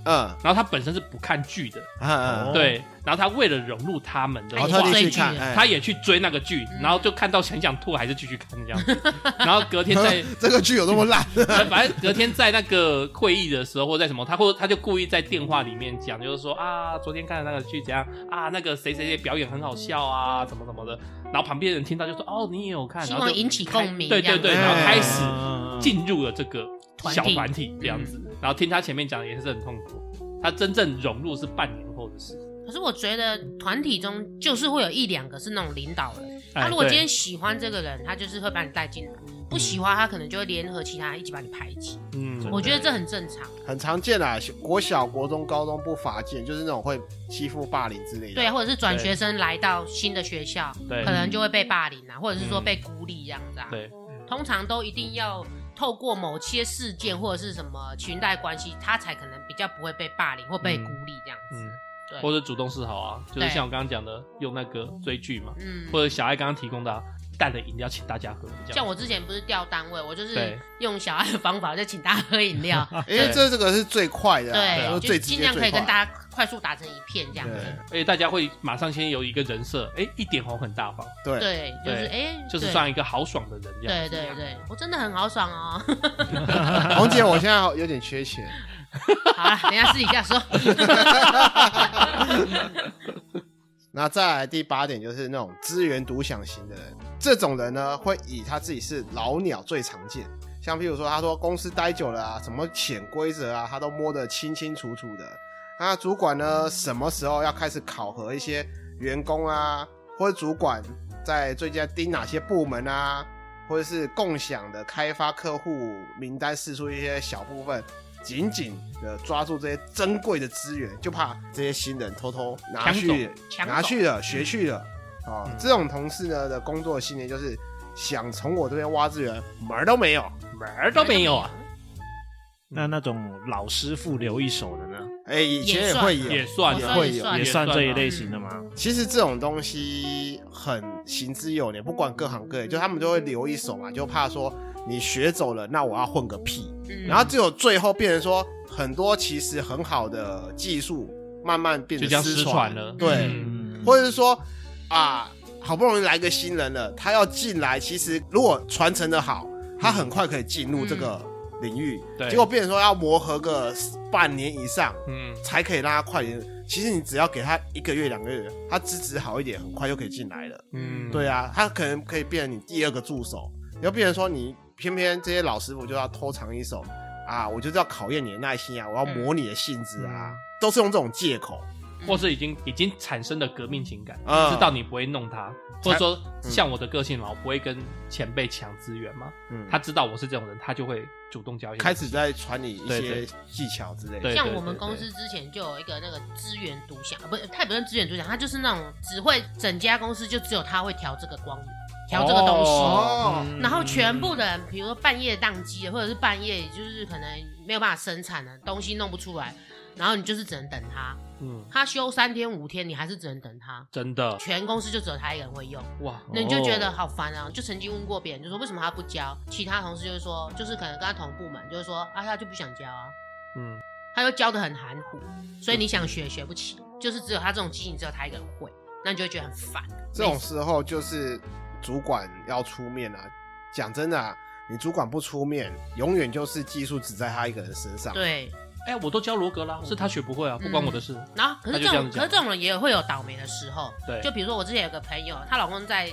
Speaker 6: 嗯
Speaker 5: 然后他本身是不看剧的，
Speaker 6: 嗯嗯，
Speaker 5: 对。然后他为了融入他们的
Speaker 4: 哎
Speaker 6: 然
Speaker 5: 话，
Speaker 6: 后特地
Speaker 4: 追
Speaker 6: 去
Speaker 4: 剧
Speaker 6: 看，哎
Speaker 5: 他也去追那个剧，然后就看到很想吐，还是继续看这样子。
Speaker 6: 嗯
Speaker 5: 然后隔 天在，
Speaker 6: 这个剧有这么烂？
Speaker 5: 反正隔天在那个会议的时候，或在什么，他或他就故意在电话里面讲，就是说啊，昨天看的那个剧怎样啊，那个谁谁谁表演很好笑啊，怎么怎么的。然后旁边人听到就说哦，你也有看，
Speaker 4: 希
Speaker 5: 然后
Speaker 4: 望
Speaker 5: 就
Speaker 4: 引起
Speaker 5: 开
Speaker 4: 共鸣
Speaker 5: 对
Speaker 4: 这样
Speaker 5: 对
Speaker 4: 子
Speaker 5: 对，然后
Speaker 6: 哎
Speaker 5: 开始
Speaker 2: 嗯
Speaker 5: 进入了这个小团体这样子，然后听他前面讲的也是很痛苦，他真正融入是半年后的事。
Speaker 4: 可是我觉得团体中就是会有一两个是那种领导人，
Speaker 5: 哎
Speaker 4: 他如果
Speaker 5: 对
Speaker 4: 今天喜欢这个人，他就是会把你带进来；不喜
Speaker 2: 嗯
Speaker 4: 欢他可能就会联合其他人一起把你排挤。
Speaker 5: 嗯
Speaker 4: 我觉得这很正常，
Speaker 6: 很常见啊，国小、国中、高中不乏见，就是那种会欺负、霸凌之类的。
Speaker 4: 对啊，或者是转学生来到新的学校，
Speaker 5: 对
Speaker 4: 可能就会被霸凌啊，或者是
Speaker 2: 嗯
Speaker 4: 说被孤立这样子啊。
Speaker 5: 对，嗯
Speaker 4: 通常都一定要透过某些事件或者是什么裙带关系，他才可能比较不会被霸凌或被孤立这样子。
Speaker 5: 嗯，
Speaker 4: 对，
Speaker 5: 或者主动示好啊，就是
Speaker 4: 对
Speaker 5: 像我刚刚讲的，用那个追剧嘛，
Speaker 4: 嗯，
Speaker 5: 或者小爱刚刚提供的啊带了饮料请大家喝，这
Speaker 4: 像
Speaker 5: 样
Speaker 4: 我之前不是调单位，我就是
Speaker 5: 对
Speaker 4: 用小爱的方法，就请大家喝饮 料，
Speaker 6: 因为这这个是最快的啊，
Speaker 4: 对，
Speaker 6: 说
Speaker 4: 就
Speaker 6: 最直接
Speaker 4: 尽量可以跟
Speaker 6: 家
Speaker 4: 大家快速打成一片这样子。
Speaker 5: 而哎且大家会马上先有一个人设，哎，一点红很大方，
Speaker 6: 对对，
Speaker 4: 对，就是哎，
Speaker 5: 就是
Speaker 4: 对
Speaker 5: 算一个豪爽的人这样
Speaker 4: 对
Speaker 5: 子。
Speaker 4: 对对，我真的很豪爽哦。
Speaker 6: 红姐，我现在有点缺钱，
Speaker 4: 好了，等一下私底下说。
Speaker 6: 那再来第八点就是那种资源独享型的人，这种人呢会以他自己是老鸟最常见，像譬如说他说公司待久了啊，什么潜规则啊，他都摸得清清楚楚的。那主管呢，什么时候要开始考核一些员工啊，或者主管在最近在盯哪些部门啊，或者是共享的开发客户名单，试出一些小部分，紧紧的抓住这些珍贵的资源，就怕这些新人偷偷拿去
Speaker 4: 抢走
Speaker 6: 拿去
Speaker 5: 嗯
Speaker 6: 了学去了。啊、这种同事呢的工作信念就是想从我这边挖资源，门儿都没有。
Speaker 5: 门儿都没有啊，
Speaker 2: 那那种老师傅留一手的呢，
Speaker 6: 哎、以前
Speaker 4: 也
Speaker 6: 也
Speaker 4: 算
Speaker 6: 会
Speaker 5: 也
Speaker 6: 有。
Speaker 5: 算
Speaker 4: 也
Speaker 5: 啊
Speaker 4: 会有
Speaker 2: 也算这一
Speaker 5: 啊
Speaker 2: 类型的吗？
Speaker 6: 其实这种东西很行之有年，不管各行各业，就他们都会留一手嘛，就怕说你学走了，那我要混个屁。
Speaker 4: 嗯
Speaker 6: 然后只有最后变成说，很多其实很好的技术慢慢变
Speaker 5: 就
Speaker 6: 得
Speaker 5: 这样
Speaker 6: 失
Speaker 5: 失传了。
Speaker 6: 对
Speaker 5: 嗯
Speaker 2: 嗯，
Speaker 6: 或者是说啊，好不容易来个新人了，他要进来，其实如果传承的好，他很快可以进入这个领域，
Speaker 5: 嗯对
Speaker 6: 结果变成说要磨合个半年以上，
Speaker 5: 嗯，
Speaker 6: 才可以让他快点。其实你只要给他一个月、两个月，他资质好一点，很快就可以进来了。
Speaker 5: 嗯，
Speaker 6: 对啊，他可能可以变成你第二个助手，你要变成说你偏偏这些老师傅就要偷藏一手啊，我就是要考验你的耐心啊，我要
Speaker 5: 嗯
Speaker 6: 磨你的性子啊，都是用这种借口。
Speaker 5: 或是已经已经产生了革命情感，
Speaker 6: 嗯
Speaker 5: 知道你不会弄他，或者
Speaker 6: 才
Speaker 5: 说像我的个性嘛，我不会跟前辈抢资源嘛。
Speaker 6: 嗯，
Speaker 5: 他知道我是这种人，他就会主动交一些
Speaker 6: 开始在传你一
Speaker 5: 对
Speaker 6: 些
Speaker 5: 对
Speaker 6: 技巧之类的。
Speaker 5: 对
Speaker 4: 像我们公司之前就有一个那个资源独享，啊不是，他也不是资源独享，他就是那种只会整家公司就只有他会调这个光源，调这个东西。
Speaker 5: 哦
Speaker 4: 然后全部的人，比如说半夜宕机了，或者是半夜就是可能没有办法生产了，东西弄不出来，然后你就是只能等他，
Speaker 5: 嗯，
Speaker 4: 他休三天五天，你还是只能等他。
Speaker 5: 真的
Speaker 4: 全公司就只有他一个人会用，
Speaker 5: 哇，
Speaker 4: 那你就觉
Speaker 5: 哦
Speaker 4: 得好烦啊！就曾经问过别人，就说为什么他不教？其他同事就是说，就是可能跟他同部门，就是说啊，他就不想教啊，
Speaker 5: 嗯，
Speaker 4: 他又教的很含糊，所以你想学学不起，就是只有他这种基因，只有他一个人会，那你就会觉得很烦。
Speaker 6: 这种时候就是主管要出面啊。讲真的、啊，你主管不出面，永远就是技术只在他一个人身上。，
Speaker 4: 对，
Speaker 5: 哎，我都教罗格
Speaker 4: 嗯
Speaker 5: 啦，是他学不会啊，不关我的事。
Speaker 4: 然后可是
Speaker 5: 他就
Speaker 4: 这种
Speaker 5: 这样
Speaker 4: 可
Speaker 5: 讲
Speaker 4: 是这种人也会有倒霉的时候，
Speaker 5: 对
Speaker 4: 就比如说我之前有个朋友，她老公在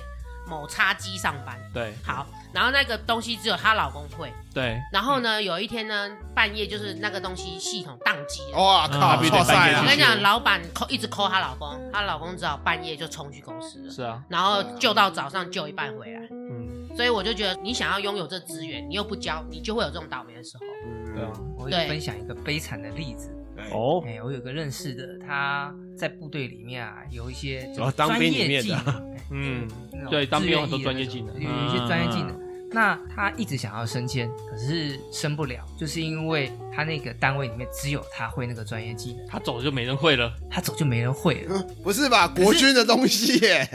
Speaker 4: 某叉机上班，
Speaker 5: 对
Speaker 4: 好，然后那个东西只有她老公会，
Speaker 5: 对，
Speaker 4: 然后
Speaker 5: 嗯
Speaker 4: 呢，有一天呢，半夜就是那个东西系统宕机
Speaker 5: 哦
Speaker 4: 了。
Speaker 6: 哇
Speaker 2: 啊
Speaker 6: 靠，
Speaker 2: 必须
Speaker 6: 错
Speaker 5: 得半
Speaker 6: 赛
Speaker 5: 夜
Speaker 4: 我
Speaker 6: 了
Speaker 5: 去
Speaker 4: 跟你
Speaker 5: 是
Speaker 4: 讲，老板扣一直扣她老公，她老公只好半夜就冲去公司了，
Speaker 5: 是啊，
Speaker 4: 然后救到早上救一半回来。
Speaker 5: 嗯，
Speaker 4: 所以我就觉得，你想要拥有这资源，你又不交，你就会有这种倒霉的时候。
Speaker 6: 嗯
Speaker 5: 对啊，
Speaker 1: 我
Speaker 4: 对
Speaker 1: 也分享一个悲惨的例子。
Speaker 2: 哦，
Speaker 1: 哎、我有个认识的，他在部队里面啊，有一些这
Speaker 2: 哦
Speaker 1: 种
Speaker 2: 当
Speaker 1: 专
Speaker 2: 兵里
Speaker 1: 业
Speaker 2: 面
Speaker 1: 技
Speaker 2: 的
Speaker 1: 能，哎
Speaker 5: 嗯
Speaker 1: 那
Speaker 6: 啊
Speaker 1: 种
Speaker 5: 对当兵有很
Speaker 1: 自
Speaker 5: 多专业
Speaker 1: 那
Speaker 5: 技能嗯
Speaker 1: 种有
Speaker 4: 嗯
Speaker 1: 一些专业技能。那他一直想要升迁，可是升不了，就是因为他那个单位里面只有他会那个专业技能，
Speaker 5: 嗯他走了就没人会了。
Speaker 1: 他走就没人会了。
Speaker 6: 嗯 不是吧？国军的东西耶，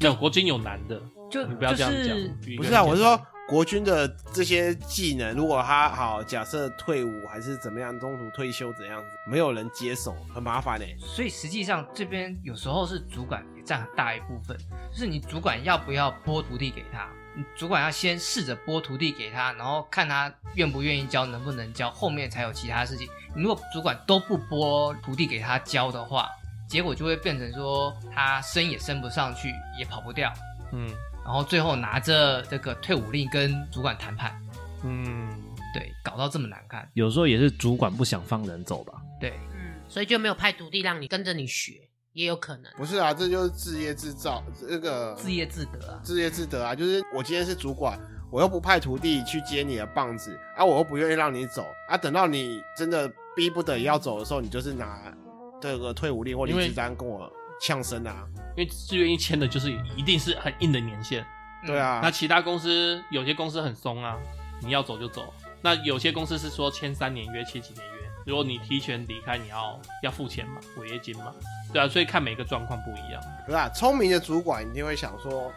Speaker 5: 那国军有难的，
Speaker 1: 就
Speaker 5: 你不要这样
Speaker 1: 就
Speaker 5: 讲
Speaker 1: 是。
Speaker 5: 比喻
Speaker 6: 不
Speaker 5: 更
Speaker 6: 是啊，我是
Speaker 5: 简单
Speaker 6: 说。国军的这些技能，如果他好假设退伍还是怎么样，中途退休怎样子，没有人接手，很麻烦呢。欸
Speaker 1: 所以实际上这边有时候是主管也占很大一部分，就是你主管要不要拨徒弟给他，你主管要先试着拨徒弟给他，然后看他愿不愿意教，能不能教，后面才有其他事情。你如果主管都不拨徒弟给他教的话，结果就会变成说他升也升不上去，也跑不掉，
Speaker 5: 嗯
Speaker 1: 然后最后拿着这个退伍令跟主管谈判，
Speaker 5: 嗯，
Speaker 1: 对，搞到这么难看，
Speaker 2: 有时候也是主管不想放人走吧。
Speaker 1: 对，
Speaker 4: 嗯，所以就没有派徒弟让你跟着你学，也有可能。
Speaker 6: 不是啊，这就是自业自造，这个
Speaker 1: 自业自得啊。
Speaker 6: 自业自得啊，就是我今天是主管，我又不派徒弟去接你的棒子啊，我又不愿意让你走啊，等到你真的逼不得已要走的时候，你就是拿这个退伍令或离
Speaker 5: 因为嗯
Speaker 6: 职单跟我呛声啊，
Speaker 5: 因为自愿意签的就是一定是很硬的年限，
Speaker 6: 对
Speaker 1: 嗯
Speaker 6: 啊，
Speaker 5: 那其他公司有些公司很松啊，你要走就走。那有些公司是说签三年约，签几年约。如果你提前离开，你要要付钱嘛，违约金嘛，对啊，所以看每个状况不一样，
Speaker 6: 不是啊，聪明的主管一定会想说，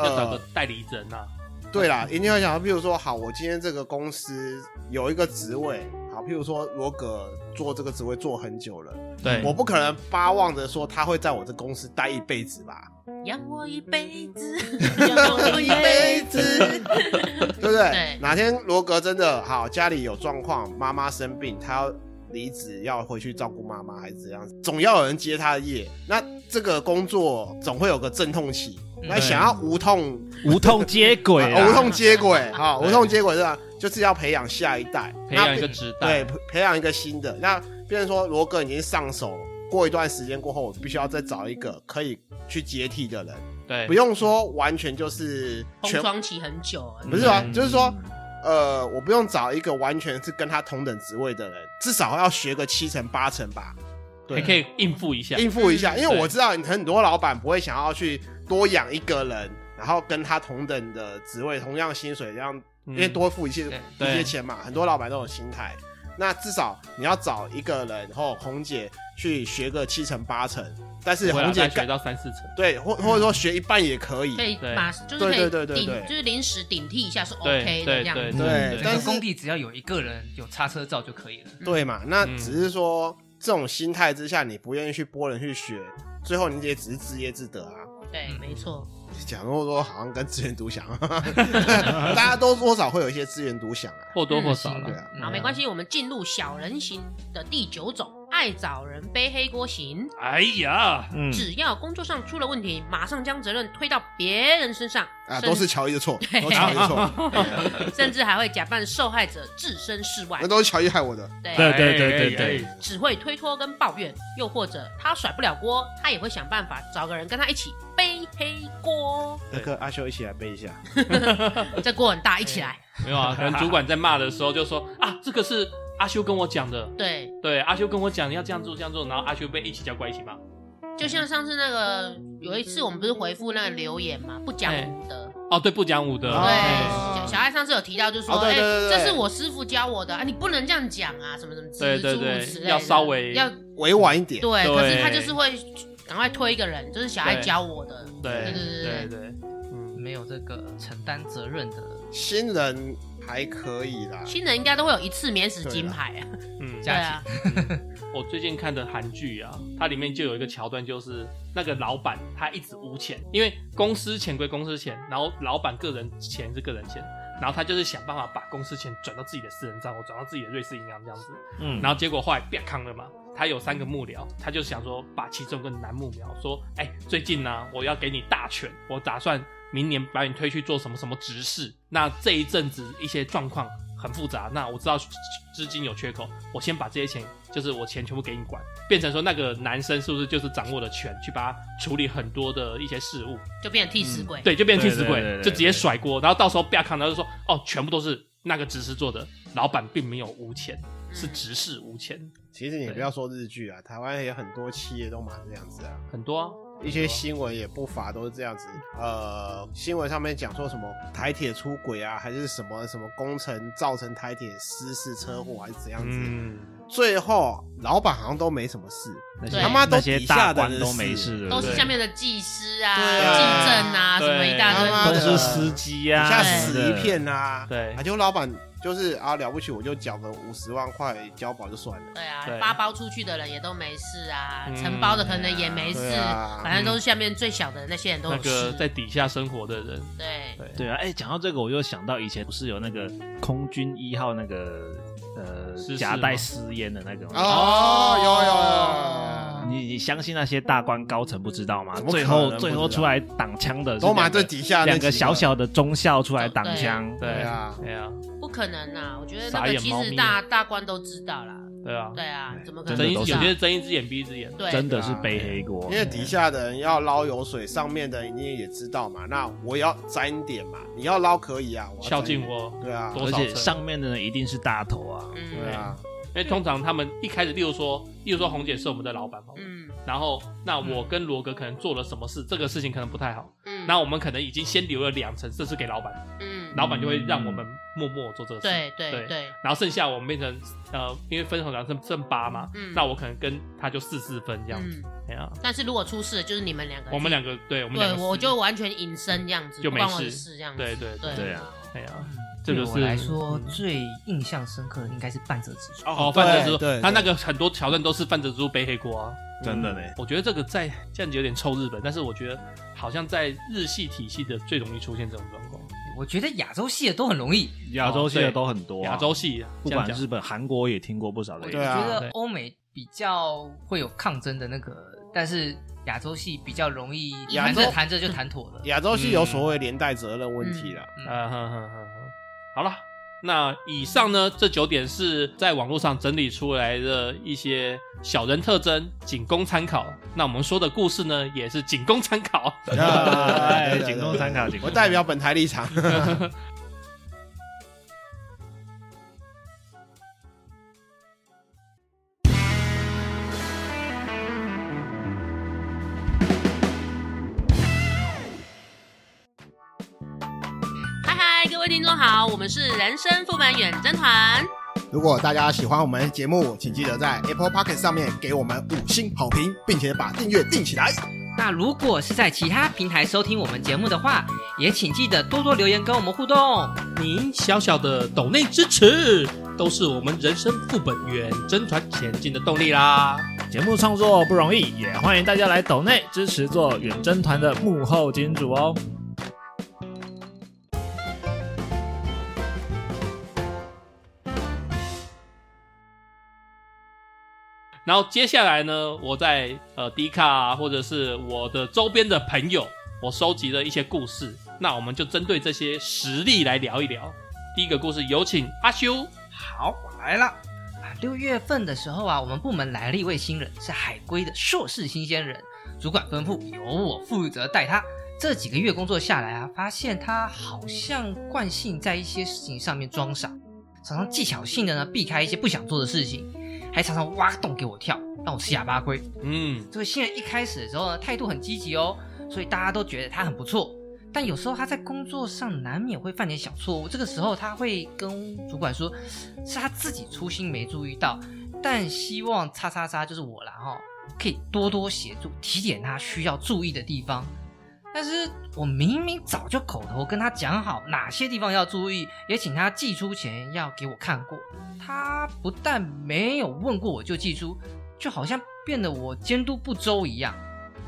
Speaker 5: 要找个
Speaker 6: 呃，
Speaker 5: 代理人啊，
Speaker 6: 对啦，一定会想，譬如说，好，我今天这个公司有一个职位，好，譬如说罗格做这个职位做很久了，
Speaker 5: 对，
Speaker 6: 嗯我不可能巴望着说他会在我这公司待一辈子吧，
Speaker 4: 养我一辈 子，养我一
Speaker 6: 一
Speaker 4: 辈
Speaker 6: 辈
Speaker 4: 子。
Speaker 6: 子，对不对？
Speaker 4: 对
Speaker 6: 哪天罗格真的好，家里有状况，妈妈生病，他要离职，要回去照顾妈妈，还是怎样？总要有人接他的业，那这个工作总会有个阵痛期。那想要无痛
Speaker 2: 无痛接轨
Speaker 6: 啊
Speaker 2: 啊，
Speaker 6: 无痛接 轨，哈，
Speaker 5: 对
Speaker 6: 无痛接轨是吧？就是要培养下一代，
Speaker 5: 培养一个
Speaker 6: 那
Speaker 5: 职
Speaker 6: 对，
Speaker 5: 代，
Speaker 6: 培培养一个新的。那变成说罗哥已经上手，过一段时间过后，我必须要再找一个可以去接替的人，
Speaker 5: 对，
Speaker 6: 不用说完全就是
Speaker 4: 空
Speaker 6: 全，
Speaker 4: 窗期很久啊，
Speaker 6: 不是吧？哦
Speaker 2: 嗯
Speaker 6: 就是说，呃，我不用找一个完全是跟他同等职位的人，至少要学个七成八成吧。对，
Speaker 5: 还可以应付一下。
Speaker 6: 应付一下，因为
Speaker 5: 对
Speaker 6: 我知道很多老板不会想要去多养一个人，然后跟他同等的职位、同样薪水，这样因为
Speaker 5: 嗯
Speaker 6: 多付一些、
Speaker 5: 对
Speaker 6: 一些
Speaker 5: 对
Speaker 6: 钱嘛，很多老板都有心态。那至少你要找一个人或红姐去学个七成八成，但是
Speaker 5: 我要
Speaker 6: 红姐
Speaker 5: 再学
Speaker 6: 干
Speaker 5: 到嗯三四成。
Speaker 6: 对，或或者说学一半也可以
Speaker 4: 可。以
Speaker 5: 对
Speaker 4: 把就是
Speaker 6: 对
Speaker 4: 可以
Speaker 6: 对对对
Speaker 4: 顶
Speaker 6: 对
Speaker 4: 就是临时顶替一下是
Speaker 5: 对
Speaker 4: OK 的
Speaker 5: 对
Speaker 4: 这样
Speaker 5: 对
Speaker 4: 子。
Speaker 6: 对
Speaker 5: 对，
Speaker 1: 整
Speaker 6: 但
Speaker 1: 个
Speaker 6: 是
Speaker 1: 工地只要有一个人有叉车照就可以了。
Speaker 6: 对嘛？那
Speaker 5: 嗯
Speaker 6: 只是说、这种心态之下，你不愿意去拨人去学，最后你也只是自业自得啊。
Speaker 4: 对，
Speaker 1: 嗯
Speaker 4: 没错。
Speaker 6: 讲那么多，好像跟资源独享，啊 大家都多少会有一些资源独享啊。
Speaker 5: 或多或少
Speaker 1: 嗯
Speaker 5: 了
Speaker 6: 对。啊，
Speaker 4: 好，没关系，我们进入小人型的第九种，爱找人背黑锅型。
Speaker 5: 哎呀，
Speaker 2: 嗯，
Speaker 4: 只要工作上出了问题，马上将责任推到别人身上
Speaker 6: 啊，
Speaker 4: 甚
Speaker 6: 都是乔伊的错，
Speaker 4: 对
Speaker 6: 都是乔伊的 错，
Speaker 4: 甚至还会假扮受害者置身事外
Speaker 6: 那。都是乔伊害我的。
Speaker 2: 对
Speaker 4: 对，
Speaker 2: 对对
Speaker 5: 哎
Speaker 2: 对对，
Speaker 5: 哎哎
Speaker 4: 只会推脱跟抱怨，又或者他甩不了锅，他也会想办法找个人跟他一起背黑 锅。
Speaker 5: 对
Speaker 6: 跟阿修一起来背一下，
Speaker 4: 这锅很大，一起来。
Speaker 5: 没有啊，可能主管在骂的时候就说啊，这个是阿修跟我讲的，
Speaker 4: 对，
Speaker 5: 对，阿修跟我讲你要这样做这样做，然后阿修被一起叫过来一起骂，
Speaker 4: 就像上次那个有一次我们不是回复那个留言嘛，不讲武德。
Speaker 5: 哦，对，不讲武德，
Speaker 6: 哦
Speaker 4: 对，小小爱上次有提到，就说，
Speaker 6: 哦对
Speaker 4: 哎，
Speaker 6: 对对对
Speaker 4: 这是我师傅教我的啊，你不能这样讲啊，什么什么之
Speaker 5: 对对
Speaker 4: 诸如
Speaker 5: 对
Speaker 4: 此类的，
Speaker 5: 要稍微
Speaker 4: 哎要
Speaker 6: 委婉一点。
Speaker 4: 对，可是他就
Speaker 5: 对
Speaker 4: 是会赶快推一个人，就是小爱
Speaker 5: 对
Speaker 4: 教我的，对
Speaker 5: 对
Speaker 4: 对
Speaker 5: 对对，嗯，
Speaker 1: 没有这个承担责任的
Speaker 6: 新人还可以啦，
Speaker 4: 新人应该都会有一次免死金牌啊，
Speaker 5: 嗯
Speaker 4: 对
Speaker 1: 对
Speaker 4: 啊
Speaker 1: 啊，
Speaker 5: 我最近看的韩剧啊，它里面就有一个桥段，就是那个老板他一直无钱，因为公司钱归公司钱，然后老板个人钱是个人钱，然后他就是想办法把公司钱转到自己的私人账户，转到自己的瑞士银行这样子，
Speaker 2: 嗯，
Speaker 5: 然后结果后来变康了嘛。他有三个幕僚，他就想说把其中一个男幕僚说：“哎、最近呢、我要给你大权，我打算明年把你推去做什么什么执事。那这一阵子一些状况很复杂，那我知道资金有缺口，我先把这些钱，就是我钱全部给你管，变成说那个男生是不是就是掌握了权去把它处理很多的一些事务？
Speaker 4: 就变成替死鬼。
Speaker 5: 嗯对，就变成替死
Speaker 2: 哎对对对
Speaker 5: 鬼，
Speaker 2: 对
Speaker 5: 就直接甩锅，然后到时候不要看，他就说哦，全部都是那个执事做的，老板并没有无钱，是执事无钱，
Speaker 6: 其实你
Speaker 5: 对
Speaker 6: 不要说日剧啊，台湾也有很多企业都嘛这样子啊，
Speaker 5: 很多啊，
Speaker 6: 一些新闻也不乏都是这样子。呃，新闻上面讲说什么台铁出轨啊，还是什么什么工程造成台铁失事车祸，啊还是怎样子？
Speaker 5: 嗯，
Speaker 6: 最后老板好像都没什么事，
Speaker 2: 那
Speaker 4: 对
Speaker 2: 些
Speaker 6: 他妈都
Speaker 2: 那些
Speaker 6: 底下
Speaker 2: 大
Speaker 6: 的
Speaker 2: 官
Speaker 6: 人
Speaker 2: 都没
Speaker 6: 死
Speaker 2: 事的，
Speaker 4: 都是
Speaker 2: 对
Speaker 4: 下面的技师啊、
Speaker 6: 对
Speaker 4: 竞争啊，什
Speaker 5: 对
Speaker 4: 么一大堆
Speaker 6: 他妈
Speaker 2: 都
Speaker 6: 的
Speaker 2: 是司机
Speaker 6: 底
Speaker 2: 啊，
Speaker 6: 下
Speaker 4: 对
Speaker 6: 死一片啊！
Speaker 5: 对
Speaker 6: 啊，就老板就是啊，了不起我就缴个五十万块交保就算了。
Speaker 4: 对啊，
Speaker 5: 对
Speaker 4: 发包出去的人也都没事啊，
Speaker 5: 嗯
Speaker 4: 承包的可能也没事
Speaker 6: 对啊，
Speaker 4: 反正都是下面最小的那些人都
Speaker 5: 那
Speaker 4: 有
Speaker 5: 个
Speaker 4: 事。
Speaker 5: 在底下生活的人，
Speaker 4: 对，
Speaker 5: 对
Speaker 2: 对啊，哎，讲到这个，我又想到以前不是有那个空军一号那个呃
Speaker 5: 失事
Speaker 2: 夹
Speaker 5: 吗
Speaker 2: 带私烟的那个吗？
Speaker 6: 哦，有有有有有
Speaker 5: 哦
Speaker 6: 有，
Speaker 2: 你你相信那些大官高层不知道吗
Speaker 6: 怎？么可
Speaker 2: 最
Speaker 6: 能
Speaker 2: 后
Speaker 6: 不
Speaker 2: 最
Speaker 6: 知
Speaker 2: 后
Speaker 6: 道
Speaker 2: 出来挡枪的是
Speaker 6: 都买
Speaker 2: 两个
Speaker 6: 这底下那
Speaker 2: 两
Speaker 6: 几
Speaker 2: 个小小的中校出来挡
Speaker 4: 对
Speaker 2: 枪，
Speaker 5: 哦对
Speaker 6: 对啊
Speaker 5: 对啊，
Speaker 4: 不可能啊！我觉得那
Speaker 5: 傻
Speaker 4: 个
Speaker 5: 眼
Speaker 4: 其
Speaker 5: 猫
Speaker 4: 实
Speaker 5: 咪
Speaker 4: 大大官都知道啦。
Speaker 5: 对啊，
Speaker 4: 对啊，怎么可
Speaker 2: 真
Speaker 5: 睁
Speaker 2: 的
Speaker 5: 一
Speaker 4: 能
Speaker 2: 都
Speaker 5: 有
Speaker 4: 不
Speaker 2: 是
Speaker 4: 知道？
Speaker 5: 些是睁一只眼闭一只眼，
Speaker 4: 对，
Speaker 2: 真的
Speaker 5: 啊
Speaker 2: 是背黑锅
Speaker 6: 因。为底下的人要捞油水，上面的你也知道嘛。那我也要沾一点嘛，你要捞可以啊，我要沾
Speaker 5: 孝
Speaker 6: 一点
Speaker 5: 敬。我。
Speaker 6: 对啊，
Speaker 5: 多哎
Speaker 2: 而
Speaker 5: 少
Speaker 2: 且
Speaker 5: 层
Speaker 2: 上面的人一定是大头啊，
Speaker 6: 对
Speaker 4: 嗯
Speaker 6: 啊，
Speaker 5: 因为通常他们一开始，例如说，例如说红姐是我们的老板嘛，
Speaker 4: 嗯
Speaker 5: 然后那我跟罗格可能做了什么事，这个事情可能不太好，
Speaker 4: 嗯，
Speaker 5: 那我们可能已经先留了两层，这是给老板，
Speaker 4: 嗯，
Speaker 5: 老板就会让我们默默做这个事。
Speaker 4: 对对
Speaker 5: 对
Speaker 4: 对，
Speaker 5: 然后剩下我们变成呃，因为分手两剩剩八嘛，
Speaker 4: 嗯
Speaker 5: 那我可能跟他就四四分这样子，
Speaker 4: 嗯。
Speaker 5: 哎呀、
Speaker 4: 但是如果出事，就是你们两个自己，
Speaker 5: 我们两个对，我们两
Speaker 4: 对
Speaker 5: 个
Speaker 4: 我
Speaker 5: 四
Speaker 4: 就完全隐身这样子，
Speaker 5: 就
Speaker 4: 不
Speaker 5: 没
Speaker 4: 关我的
Speaker 5: 事
Speaker 4: 事这样子。
Speaker 5: 对对
Speaker 4: 对
Speaker 2: 对啊，
Speaker 5: 哎呀、这
Speaker 1: 对
Speaker 5: 就是
Speaker 1: 我来说
Speaker 5: 嗯
Speaker 1: 最印象深刻的应该是半泽直树。
Speaker 5: 哦，范
Speaker 6: 对
Speaker 5: 泽之
Speaker 6: 对
Speaker 5: 他那个很多桥段都是范泽之背黑锅啊。
Speaker 2: 真的呢。
Speaker 5: 我觉得这个在这样子有点臭日本，但是我觉得好像在日系体系的最容易出现这种状况。
Speaker 1: 我觉得亚洲系的都很容易，
Speaker 2: 亚洲系
Speaker 5: 哦对
Speaker 2: 的都很多啊，
Speaker 5: 亚洲系
Speaker 2: 不
Speaker 5: 这样
Speaker 2: 管
Speaker 5: 讲
Speaker 2: 日本、韩国也听过不少的。
Speaker 6: 对啊
Speaker 1: 我觉得欧美比较会有抗争的那个，但是亚洲系比较容易
Speaker 6: 亚
Speaker 1: 谈
Speaker 6: 洲
Speaker 1: 着谈着就谈妥了。嗯
Speaker 6: 亚洲系有所谓连带责任问题啦。
Speaker 5: 啊，哼哼哼哼，好了，那以上呢，这九点是在网络上整理出来的一些小人特征，仅供参考。那我们说的故事呢，也是仅供参考。嗯哎
Speaker 6: 啊对对对对
Speaker 2: 仅供参考仅供参考
Speaker 6: 我代表本台立场。
Speaker 4: 位听众好，我们是人生副本远征团，
Speaker 3: 如果大家喜欢我们节目，请记得在 Apple p o c k e t 上面给我们五星好评，并且把订阅订起来。
Speaker 1: 那如果是在其他平台收听我们节目的话，也请记得多多留言跟我们互动。
Speaker 5: 您小小的抖内支持，都是我们人生副本远征团前进的动力啦。
Speaker 2: 节目创作不容易，也欢迎大家来抖内支持做远征团的幕后金主哦。
Speaker 5: 然后接下来呢，我在呃 D 卡、啊、或者是我的周边的朋友，我收集了一些故事。那我们就针对这些实例来聊一聊。第一个故事，有请阿修。
Speaker 1: 好，我来了。啊，六月份的时候啊，我们部门来了一位新人，是海归的硕士新鲜人。主管吩咐由我负责带他。这几个月工作下来啊，发现他好像惯性在一些事情上面装傻，常常技巧性的呢避开一些不想做的事情，还常常挖洞给我跳，让我吃哑巴亏。
Speaker 5: 嗯，
Speaker 1: 这位新人一开始的时候呢，态度很积极哦，所以大家都觉得他很不错。但有时候他在工作上难免会犯点小错误，这个时候他会跟主管说，是他自己粗心没注意到，但希望叉叉叉就是我啦哈、可以多多协助提点他需要注意的地方。但是我明明早就口头跟他讲好哪些地方要注意，也请他寄出前要给我看过，他不但没有问过我就寄出，就好像变得我监督不周一样。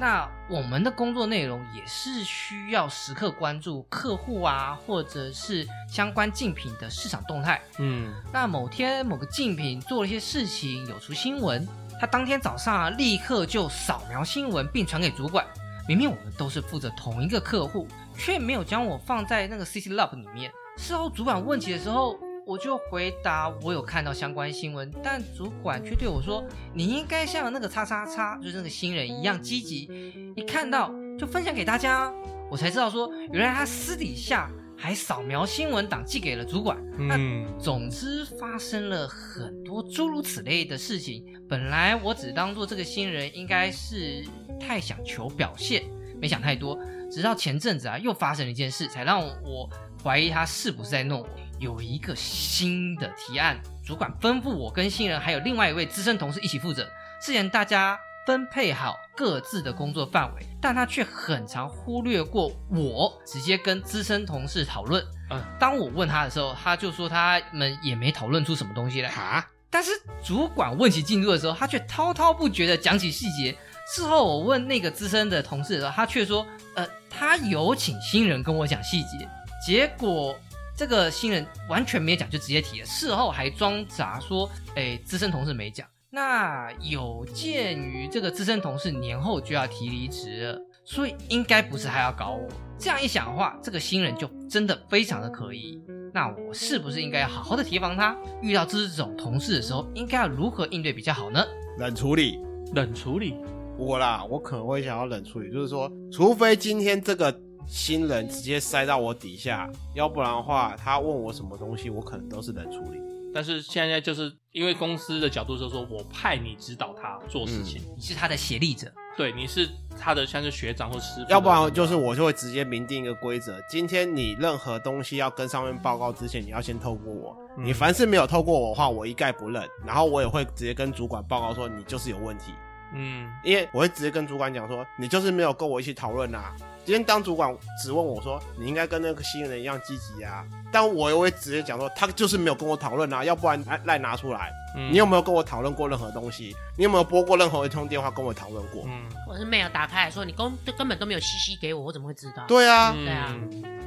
Speaker 1: 那我们的工作内容也是需要时刻关注客户啊，或者是相关竞品的市场动态。
Speaker 5: 嗯，
Speaker 1: 那某天某个竞品做了一些事情，有出新闻，他当天早上啊立刻就扫描新闻并传给主管。明明我们都是负责同一个客户，却没有将我放在那个 CC Lab 里面。事后主管问起的时候，我就回答我有看到相关新闻，但主管却对我说：“你应该像那个叉叉叉，就是那个新人一样积极，一看到就分享给大家啊。”我才知道说，原来他私底下还扫描新闻档寄给了主管。那
Speaker 5: 嗯，
Speaker 1: 总之发生了很多诸如此类的事情。本来我只当做这个新人应该是太想求表现，没想太多。直到前阵子啊，又发生了一件事，才让我怀疑他是不是在弄我。有一个新的提案，主管吩咐我跟新人还有另外一位资深同事一起负责。之前大家分配好各自的工作范围，但他却很常忽略过我，直接跟资深同事讨论。
Speaker 5: 嗯
Speaker 1: 当我问他的时候，他就说他们也没讨论出什么东西来。
Speaker 3: 哈，
Speaker 1: 但是主管问起进度的时候，他却滔滔不绝的讲起细节。事后我问那个资深的同事的时候，他却说，呃，他有请新人跟我讲细节，结果这个新人完全没讲，就直接提了。事后还装傻说，哎，资深同事没讲。那有鉴于这个资深同事年后就要提离职了，所以应该不是他要搞我。这样一想的话，这个新人就真的非常的可疑。那我是不是应该好好的提防他？遇到这种同事的时候，应该要如何应对比较好呢？
Speaker 6: 冷处理。
Speaker 5: 冷处理。
Speaker 6: 我啦，我可能会想要冷处理，就是说，除非今天这个新人直接塞到我底下，要不然的话，他问我什么东西，我可能都是冷处理。
Speaker 5: 但是现在就是因为公司的角度，就是说我派你指导他做事情，
Speaker 1: 你是他的协力者，
Speaker 5: 对，你是他的像是学长或师傅，
Speaker 6: 要不然就是我就会直接明定一个规则：今天你任何东西要跟上面报告之前，你要先透过我。
Speaker 5: 嗯
Speaker 6: 你凡是没有透过我的话，我一概不认。然后我也会直接跟主管报告说你就是有问题，
Speaker 5: 嗯
Speaker 6: 因为我会直接跟主管讲说你就是没有跟我一起讨论啊。今天当主管只问我说你应该跟那个新人一样积极啊，但我也会直接讲说他就是没有跟我讨论啊，要不然赖赖拿出来。
Speaker 5: 嗯，
Speaker 6: 你有没有跟我讨论过任何东西？你有没有拨过任何一通电话跟我讨论过？
Speaker 5: 嗯
Speaker 4: 我是 mail 打开来说，你根根本都没有息息给我，我怎么会知道？
Speaker 6: 对啊，
Speaker 5: 嗯
Speaker 4: 对啊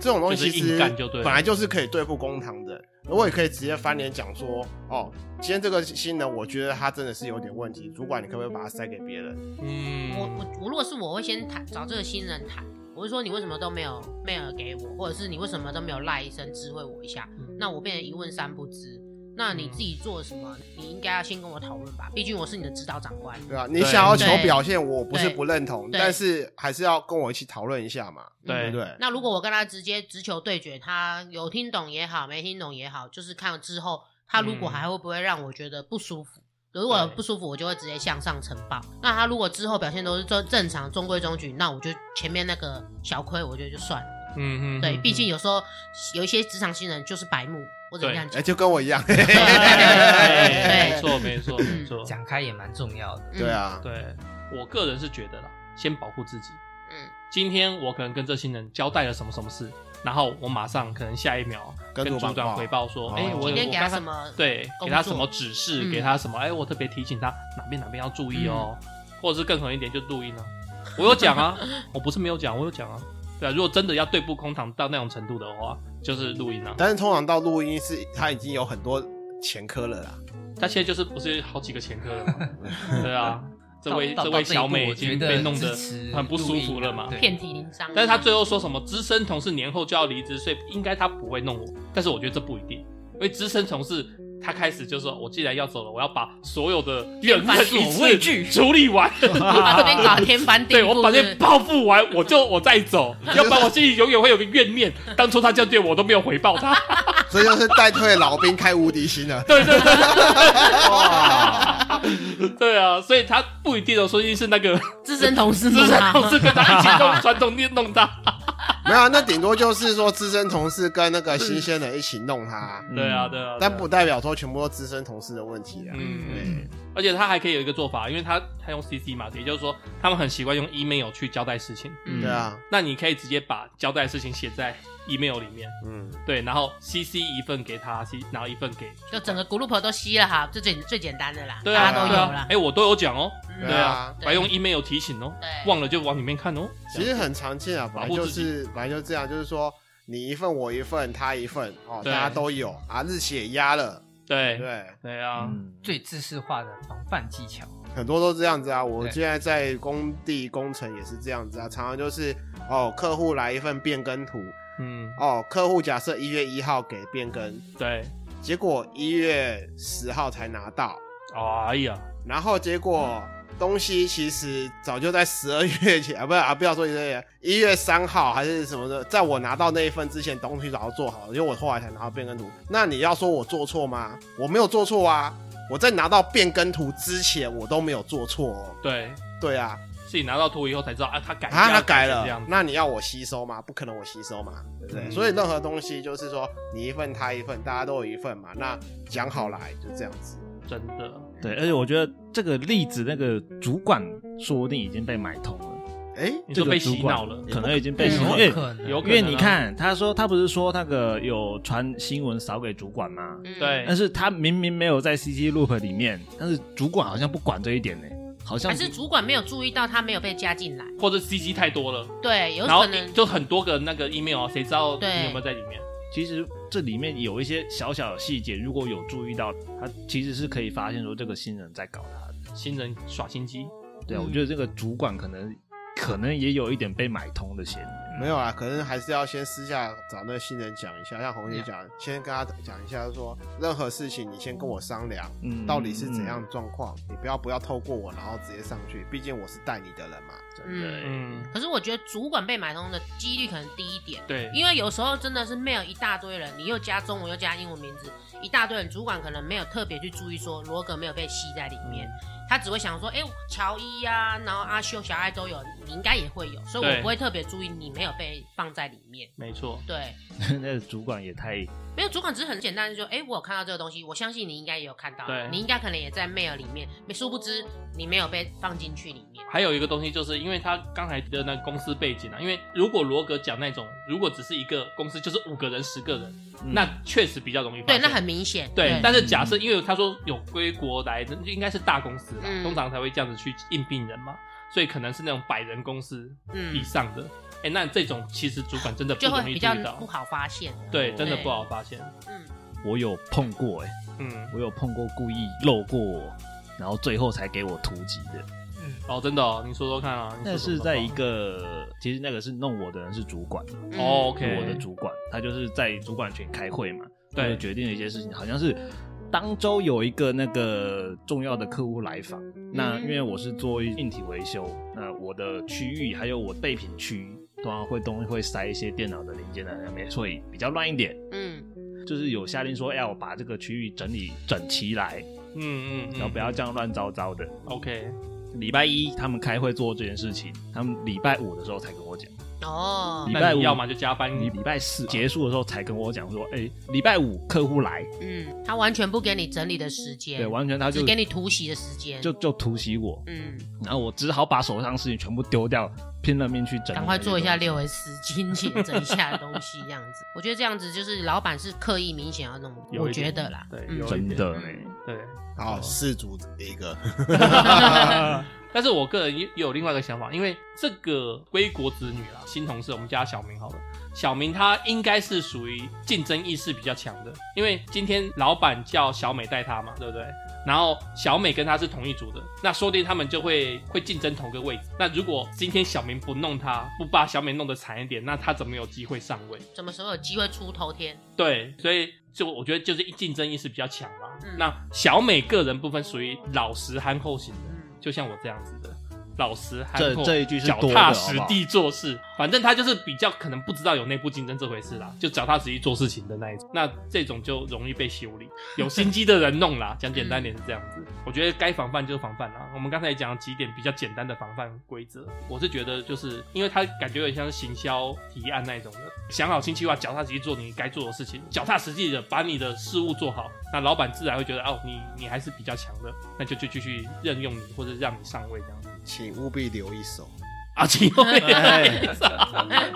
Speaker 6: 这种东西其
Speaker 5: 就是
Speaker 6: 实
Speaker 5: 硬干就对了
Speaker 6: 本来就是可以对付公堂的。我也可以直接翻脸讲说，哦，今天这个新人，我觉得他真的是有点问题，主管你可不可以把他塞给别人？
Speaker 5: 嗯，
Speaker 4: 我我我如果是我会先谈找这个新人谈，我会说你为什么都没有 mail 给我，或者是你为什么都没有赖一声知会我一下，
Speaker 5: 嗯
Speaker 4: 那我变成一问三不知。那你自己做什么，你应该要先跟我讨论吧，毕竟我是你的指导长官。
Speaker 6: 对吧、啊你想要求
Speaker 4: 对
Speaker 6: 表现，我不是
Speaker 4: 对
Speaker 6: 不认同，
Speaker 4: 对
Speaker 6: 但是还是要跟我一起讨论一下嘛，对
Speaker 5: 对
Speaker 6: 不对？
Speaker 4: 那
Speaker 5: 嗯
Speaker 4: 如果我跟他直接直球对决，他有听懂也好，没听懂也好，就是看之后他如果
Speaker 5: 嗯
Speaker 4: 还会不会让我觉得不舒服。如果
Speaker 5: 对
Speaker 4: 不舒服，我就会直接向上呈报。那他如果之后表现都是正正常、中规中矩，那我就前面那个小亏，我觉得就算了。
Speaker 5: 嗯嗯，
Speaker 4: 对，毕竟有时候有一些职场新人就是白目，或者这样
Speaker 6: 哎，
Speaker 4: 讲。
Speaker 6: 就跟我一 样。
Speaker 5: 哎没
Speaker 4: 对
Speaker 5: 错没错没错，
Speaker 1: 讲开也蛮重要的。
Speaker 6: 对，啊，
Speaker 5: 对我个人是觉得啦，先保护自己。
Speaker 4: 嗯
Speaker 5: 今天我可能跟这些人交代了什么什么事，然后我马上可能下一秒
Speaker 6: 跟
Speaker 5: 跟
Speaker 6: 主
Speaker 5: 主
Speaker 6: 管
Speaker 5: 管
Speaker 6: 报
Speaker 5: 回报说，
Speaker 6: 哦
Speaker 5: 哎，我
Speaker 4: 今天
Speaker 5: 我
Speaker 4: 给他
Speaker 5: 刚
Speaker 4: 什
Speaker 5: 刚
Speaker 4: 么？
Speaker 5: 对，
Speaker 4: 工
Speaker 5: 给他
Speaker 4: 作
Speaker 5: 什么指示，
Speaker 4: 嗯
Speaker 5: 给他什么，哎，我特别提醒他哪边哪边要注意哦，
Speaker 6: 嗯
Speaker 5: 或者是更狠一点就录音啊，我有讲啊，我不是没有讲，我有讲啊，对啊，如果真的要对簿公堂到那种程度的话，就是录音啊，
Speaker 6: 但是通常到录音是他已经有很多前科了啦。
Speaker 5: 他现在就是不是有好几个前科 了嘛，对啊，
Speaker 6: 嗯
Speaker 5: 这
Speaker 1: 到
Speaker 5: 位
Speaker 1: 到
Speaker 5: 这
Speaker 1: 到
Speaker 5: 位
Speaker 1: 一
Speaker 5: 小
Speaker 1: 步
Speaker 5: 美
Speaker 1: 我
Speaker 5: 已经
Speaker 1: 觉
Speaker 5: 被弄得
Speaker 1: 支持
Speaker 5: 很不舒
Speaker 1: 录音
Speaker 5: 服了
Speaker 1: 啊
Speaker 5: 嘛
Speaker 1: 对
Speaker 4: 遍体鳞伤。
Speaker 5: 但是他最后说什么资深同事年后就要离职，所以应该他不会弄我。但是我觉得这不一定，因为资深同事他开始就说，我既然要走了，我要把所有的怨
Speaker 4: 凡
Speaker 5: 恨
Speaker 4: 所畏
Speaker 5: 一
Speaker 4: 惧
Speaker 5: 次处理完。
Speaker 4: 你把这边搞天翻地
Speaker 5: 对
Speaker 4: 覆，
Speaker 5: 我把
Speaker 4: 是
Speaker 5: 这
Speaker 4: 不是
Speaker 5: 报复完，我就我再走，要不然我心里永远会有个怨念。当初他这样对我，我都没有回报他。
Speaker 6: 这就是带退老兵开无敌星了。
Speaker 5: 对对对，哇，对啊，所以他不一定哦，说不定是那个
Speaker 4: 资深同事
Speaker 5: 资
Speaker 4: 弄
Speaker 5: 深
Speaker 4: 他
Speaker 5: 同事跟他一起弄传统店弄他。
Speaker 6: 没有、啊，那顶多就是说资深同事跟那个新鲜人一起弄他，
Speaker 5: 对啊，对啊，
Speaker 6: 但不代表说全部都资深同事的问题啊。
Speaker 5: 嗯，而且他还可以有一个做法，因为他他用 CC 嘛，也就是说他们很习惯用 email 去交代事情。
Speaker 4: 嗯
Speaker 6: 对啊，
Speaker 5: 那你可以直接把交代的事情写在 email 里面，
Speaker 6: 嗯，
Speaker 5: 对，然后 CC 一份给他，C 然后一份给，
Speaker 4: 就整个 group 都吸了哈，这最最简单的啦，
Speaker 5: 对
Speaker 4: 大
Speaker 5: 啊，
Speaker 4: 家都
Speaker 5: 对
Speaker 4: 有
Speaker 5: 啊
Speaker 4: 啦，。
Speaker 5: 哎，我都有讲哦，
Speaker 4: 嗯
Speaker 5: 对
Speaker 6: 对啊
Speaker 5: 啊，
Speaker 4: 对
Speaker 5: 还用 email 提醒哦，
Speaker 4: 对，
Speaker 5: 忘了就往里面看哦。
Speaker 6: 其实很常见啊，本来就是本来就这样，就是说你一份我一份他一份哦，大
Speaker 5: 对
Speaker 6: 家都有啊，日期也压了，
Speaker 5: 对，
Speaker 6: 对，
Speaker 5: 对啊，
Speaker 2: 嗯
Speaker 1: 最知识化的防范技巧，
Speaker 5: 嗯
Speaker 6: 很多都这样子啊。我
Speaker 1: 对
Speaker 6: 现在在工地工程也是这样子啊，常常就是哦，客户来一份变更图，
Speaker 5: 嗯，
Speaker 6: 哦，客户假设一月一号给变更，
Speaker 5: 对，
Speaker 6: 结果一月十号才拿到，
Speaker 5: 哎呀，
Speaker 6: 然后结果东西其实早就在十二月前啊， 不是啊，不要说一月，一月三号还是什么的，在我拿到那一份之前，东西早就做好了，因为我后来才拿到变更图。那你要说我做错吗？我没有做错啊，我在拿到变更图之前，我都没有做错、哦。
Speaker 5: 对，
Speaker 6: 对啊，
Speaker 5: 自己拿到图以后才知道啊，他改
Speaker 6: 啊，他
Speaker 5: 他
Speaker 6: 改
Speaker 5: 这样
Speaker 6: 了，
Speaker 5: 子，
Speaker 6: 那你要我吸收吗？不可能，我吸收嘛，对不对？
Speaker 5: 嗯
Speaker 6: 所以任何东西就是说，你一份他一份，大家都有一份嘛，那讲好来就这样子。
Speaker 5: 真的，
Speaker 2: 对，而且我觉得这个例子，那个主管说不定已经被买通了，
Speaker 6: 哎，
Speaker 5: 你
Speaker 2: 这
Speaker 5: 说
Speaker 2: 个
Speaker 5: 被
Speaker 2: 主
Speaker 5: 洗
Speaker 2: 管
Speaker 5: 脑了，
Speaker 2: 可能已经被洗
Speaker 1: 有
Speaker 2: 脑，因为
Speaker 1: 可能
Speaker 5: 有可
Speaker 2: 因
Speaker 5: 能
Speaker 2: 为
Speaker 5: 啊
Speaker 2: 你看，他说他不是说那个有传新闻扫给主管吗？
Speaker 4: 嗯
Speaker 5: 对
Speaker 2: 但是他明明没有在 CC Loop 里面，但是主管好像不管这一点呢、好像
Speaker 4: 还是主管没有注意到他没有被加进来，
Speaker 5: 或者 CC 太多了。
Speaker 4: 对，有
Speaker 5: 然后
Speaker 4: 可能
Speaker 5: 就很多个那个 email，谁啊知道
Speaker 4: 对
Speaker 5: 你有没有在里面？
Speaker 2: 其实这里面有一些小小的细节，如果有注意到，他其实是可以发现说这个新人在搞他的。
Speaker 5: 新人耍心机，
Speaker 2: 对啊，我觉得这个主管可能可能也有一点被买通的嫌疑。
Speaker 6: 没有啊，可能还是要先私下找那个新人讲一下，像红姐讲，先跟他讲一下说任何事情你先跟我商量，
Speaker 2: 嗯
Speaker 6: 到底是怎样的状况，你不要不要透过我，然后直接上去，毕竟我是带你的人嘛。
Speaker 4: 嗯。
Speaker 5: 嗯，
Speaker 4: 可是我觉得主管被买通的几率可能低一点，
Speaker 5: 对，
Speaker 4: 因为有时候真的是 mail 一大堆人，你又加中文又加英文名字，一大堆人，主管可能没有特别去注意说罗格没有被吸在里面，
Speaker 5: 嗯
Speaker 4: 他只会想说，哎、乔伊呀、然后阿秀、小爱都有，你应该也会有，所以我
Speaker 5: 对
Speaker 4: 不会特别注意你没有被放在里面。
Speaker 5: 没错，
Speaker 4: 对，
Speaker 2: 那个主管也太
Speaker 4: 没有主管只是很简单的说，哎、我有看到这个东西，我相信你应该也有看到
Speaker 5: 对，
Speaker 4: 你应该可能也在 mail 里面，没殊不知你没有被放进去里面。
Speaker 5: 还有一个东西，就是因为他刚才提的那个公司背景啊，因为如果罗格讲那种，如果只是一个公司，就是五个人、十个人，
Speaker 2: 嗯
Speaker 5: 那确实比较容易发
Speaker 4: 对，
Speaker 5: 现。
Speaker 4: 那很明显。
Speaker 5: 对。但是假设，因为他说有归国来的，应该是大公司啦，
Speaker 4: 嗯
Speaker 5: 通常才会这样子去应聘人嘛，所以可能是那种百人公司以
Speaker 4: 嗯，
Speaker 5: 上的。哎、那这种其实主管真的不
Speaker 4: 就会
Speaker 5: 容易
Speaker 4: 比
Speaker 5: 注
Speaker 4: 较
Speaker 5: 意到
Speaker 4: 不，好发现。
Speaker 5: 对，真的
Speaker 4: 对
Speaker 5: 不好发现。
Speaker 4: 嗯，
Speaker 2: 我有碰过哎、
Speaker 5: 嗯，
Speaker 2: 我有碰过故意漏过我，然后最后才给我突击的。
Speaker 1: 嗯，
Speaker 5: 哦，真的哦，你说说看啊。你说
Speaker 2: 那
Speaker 5: 说
Speaker 2: 是
Speaker 5: 吧
Speaker 2: 在一个，其实那个是弄我的人是主管，
Speaker 4: 嗯
Speaker 5: 哦
Speaker 2: 是
Speaker 5: ，OK，
Speaker 2: 我的主管，他就是在主管群开会嘛，
Speaker 5: 对
Speaker 2: 就决定了一些事情，好像是当周有一个那个重要的客户来访，那因为我是做硬体维修，那我的区域还有我备品区，通常会东西会塞一些电脑的零件在那边，所以比较乱一点。
Speaker 4: 嗯
Speaker 2: 就是有下令说要把这个区域整理整齐来，
Speaker 5: 嗯嗯，嗯嗯
Speaker 2: 然后不要这样乱糟糟的。
Speaker 5: OK，
Speaker 2: 礼拜一他们开会做这件事情，他们礼拜五的时候才跟我讲，
Speaker 4: 哦
Speaker 2: 礼，
Speaker 5: 那
Speaker 2: 拜
Speaker 5: 你
Speaker 2: 五
Speaker 5: 要么就加班，
Speaker 2: 你礼拜四结束的时候才跟我讲说，哎，礼拜五客户来，
Speaker 4: 嗯，他完全不给你整理的时间，
Speaker 2: 对，完全他
Speaker 4: 只
Speaker 2: 就
Speaker 4: 给你突袭的时间，
Speaker 2: 就就突袭我，
Speaker 4: 嗯，
Speaker 2: 然后我只好把手上的事情全部丢掉，拼了命去整理。
Speaker 4: 赶快做一下六 S 金钱整一下的东西，这样子， 我觉得这样子就是老板是刻意明显要弄，
Speaker 5: 有
Speaker 4: 我
Speaker 5: 一点
Speaker 4: 觉得啦，
Speaker 5: 对
Speaker 4: 嗯
Speaker 5: 有一点
Speaker 2: 真的，
Speaker 5: 对。
Speaker 3: 好，四组一个，
Speaker 5: 但是我个人也也有另外一个想法，因为这个归国子女啊，新同事，我们家小明好了，小明他应该是属于竞争意识比较强的，因为今天老板叫小美带他嘛，对不对？然后小美跟他是同一组的，那说不定他们就会会竞争同个位置。那如果今天小明不弄他，不把小美弄得惨一点，那他怎么有机会上位？
Speaker 4: 什么时候有机会出头天？
Speaker 5: 对，所以就我觉得就是竞争意识比较强啦。
Speaker 4: 嗯
Speaker 5: 那小美个人部分属于老实憨厚型的，
Speaker 4: 嗯
Speaker 5: 就像我这样子的老实憨
Speaker 2: 这
Speaker 5: 厚，
Speaker 2: 这一句是
Speaker 5: 脚
Speaker 2: 多的
Speaker 5: 踏
Speaker 2: 好
Speaker 5: 实
Speaker 2: 不好
Speaker 5: 地做事。反正他就是比较可能不知道有内部竞争这回事啦，就脚踏实地做事情的那一种。那这种就容易被修理，有心机的人弄啦。讲简单点是这样子，我觉得该防范就是防范啦。我们刚才也讲了几点比较简单的防范规则，我是觉得就是因为他感觉有点像是行销提案那一种的，想好新计划，脚踏实地做你该做的事情，脚踏实地的把你的事务做好，那老板自然会觉得哦，你你还是比较强的，那就就继续任用你或者让你上位这样子。
Speaker 3: 请务必留一手。
Speaker 5: 啊，请问
Speaker 2: 哎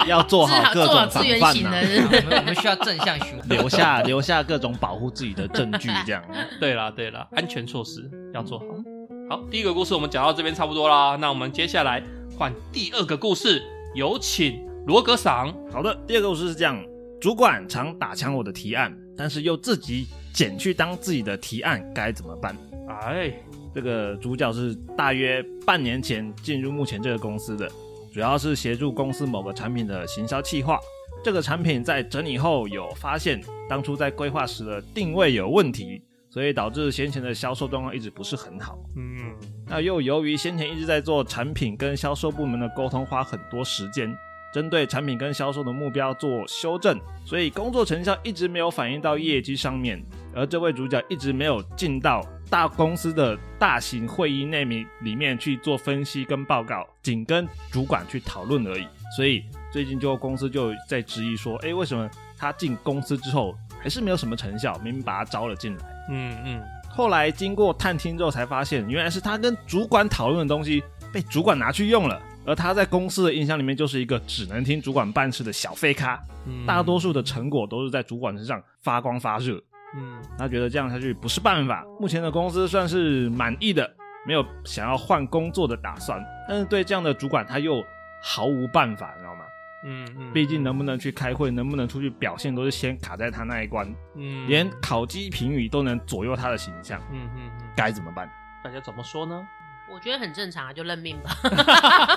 Speaker 2: 要做好各
Speaker 4: 做好
Speaker 2: 种防
Speaker 4: 资源
Speaker 2: 范
Speaker 5: 啊
Speaker 4: 型
Speaker 2: 呐、
Speaker 4: 的
Speaker 1: 我们我们需要正向循环，
Speaker 2: 留下留下各种保护自己的证据，这样。
Speaker 5: 对啦对啦，安全措施要做好。
Speaker 4: 嗯
Speaker 5: 好，第一个故事我们讲到这边差不多啦，那我们接下来换第二个故事，有请罗格赏。
Speaker 2: 好的，第二个故事是这样：主管常打枪我的提案，但是又自己捡去当自己的提案，该怎么办？
Speaker 5: 哎，
Speaker 2: 这个主角是大约半年前进入目前这个公司的，主要是协助公司某个产品的行销企划。这个产品在整理后有发现，当初在规划时的定位有问题，所以导致先前的销售状况一直不是很好。
Speaker 5: 嗯，
Speaker 2: 那又由于先前一直在做产品跟销售部门的沟通，花很多时间，针对产品跟销售的目标做修正，所以工作成效一直没有反映到业绩上面。而这位主角一直没有进到大公司的大型会议内面里面去做分析跟报告，仅跟主管去讨论而已。所以最近就公司就在质疑说，诶，为什么他进公司之后还是没有什么成效？明明把他招了进来。
Speaker 5: 嗯嗯，
Speaker 2: 后来经过探听之后，才发现原来是他跟主管讨论的东西被主管拿去用了，而他在公司的印象里面就是一个只能听主管办事的小废咖，
Speaker 5: 嗯
Speaker 2: 大多数的成果都是在主管身上发光发热。
Speaker 5: 嗯
Speaker 2: 他觉得这样下去不是办法，目前的公司算是满意的，没有想要换工作的打算，但是对这样的主管他又毫无办法，你知道吗？
Speaker 5: 嗯嗯，
Speaker 2: 毕竟能不能去开会，能不能出去表现，都是先卡在他那一关，
Speaker 5: 嗯
Speaker 2: 连考鸡评语都能左右他的形象，
Speaker 5: 嗯嗯嗯，
Speaker 2: 该怎么办？
Speaker 5: 大家怎么说呢？
Speaker 4: 我觉得很正常啊，就认命吧。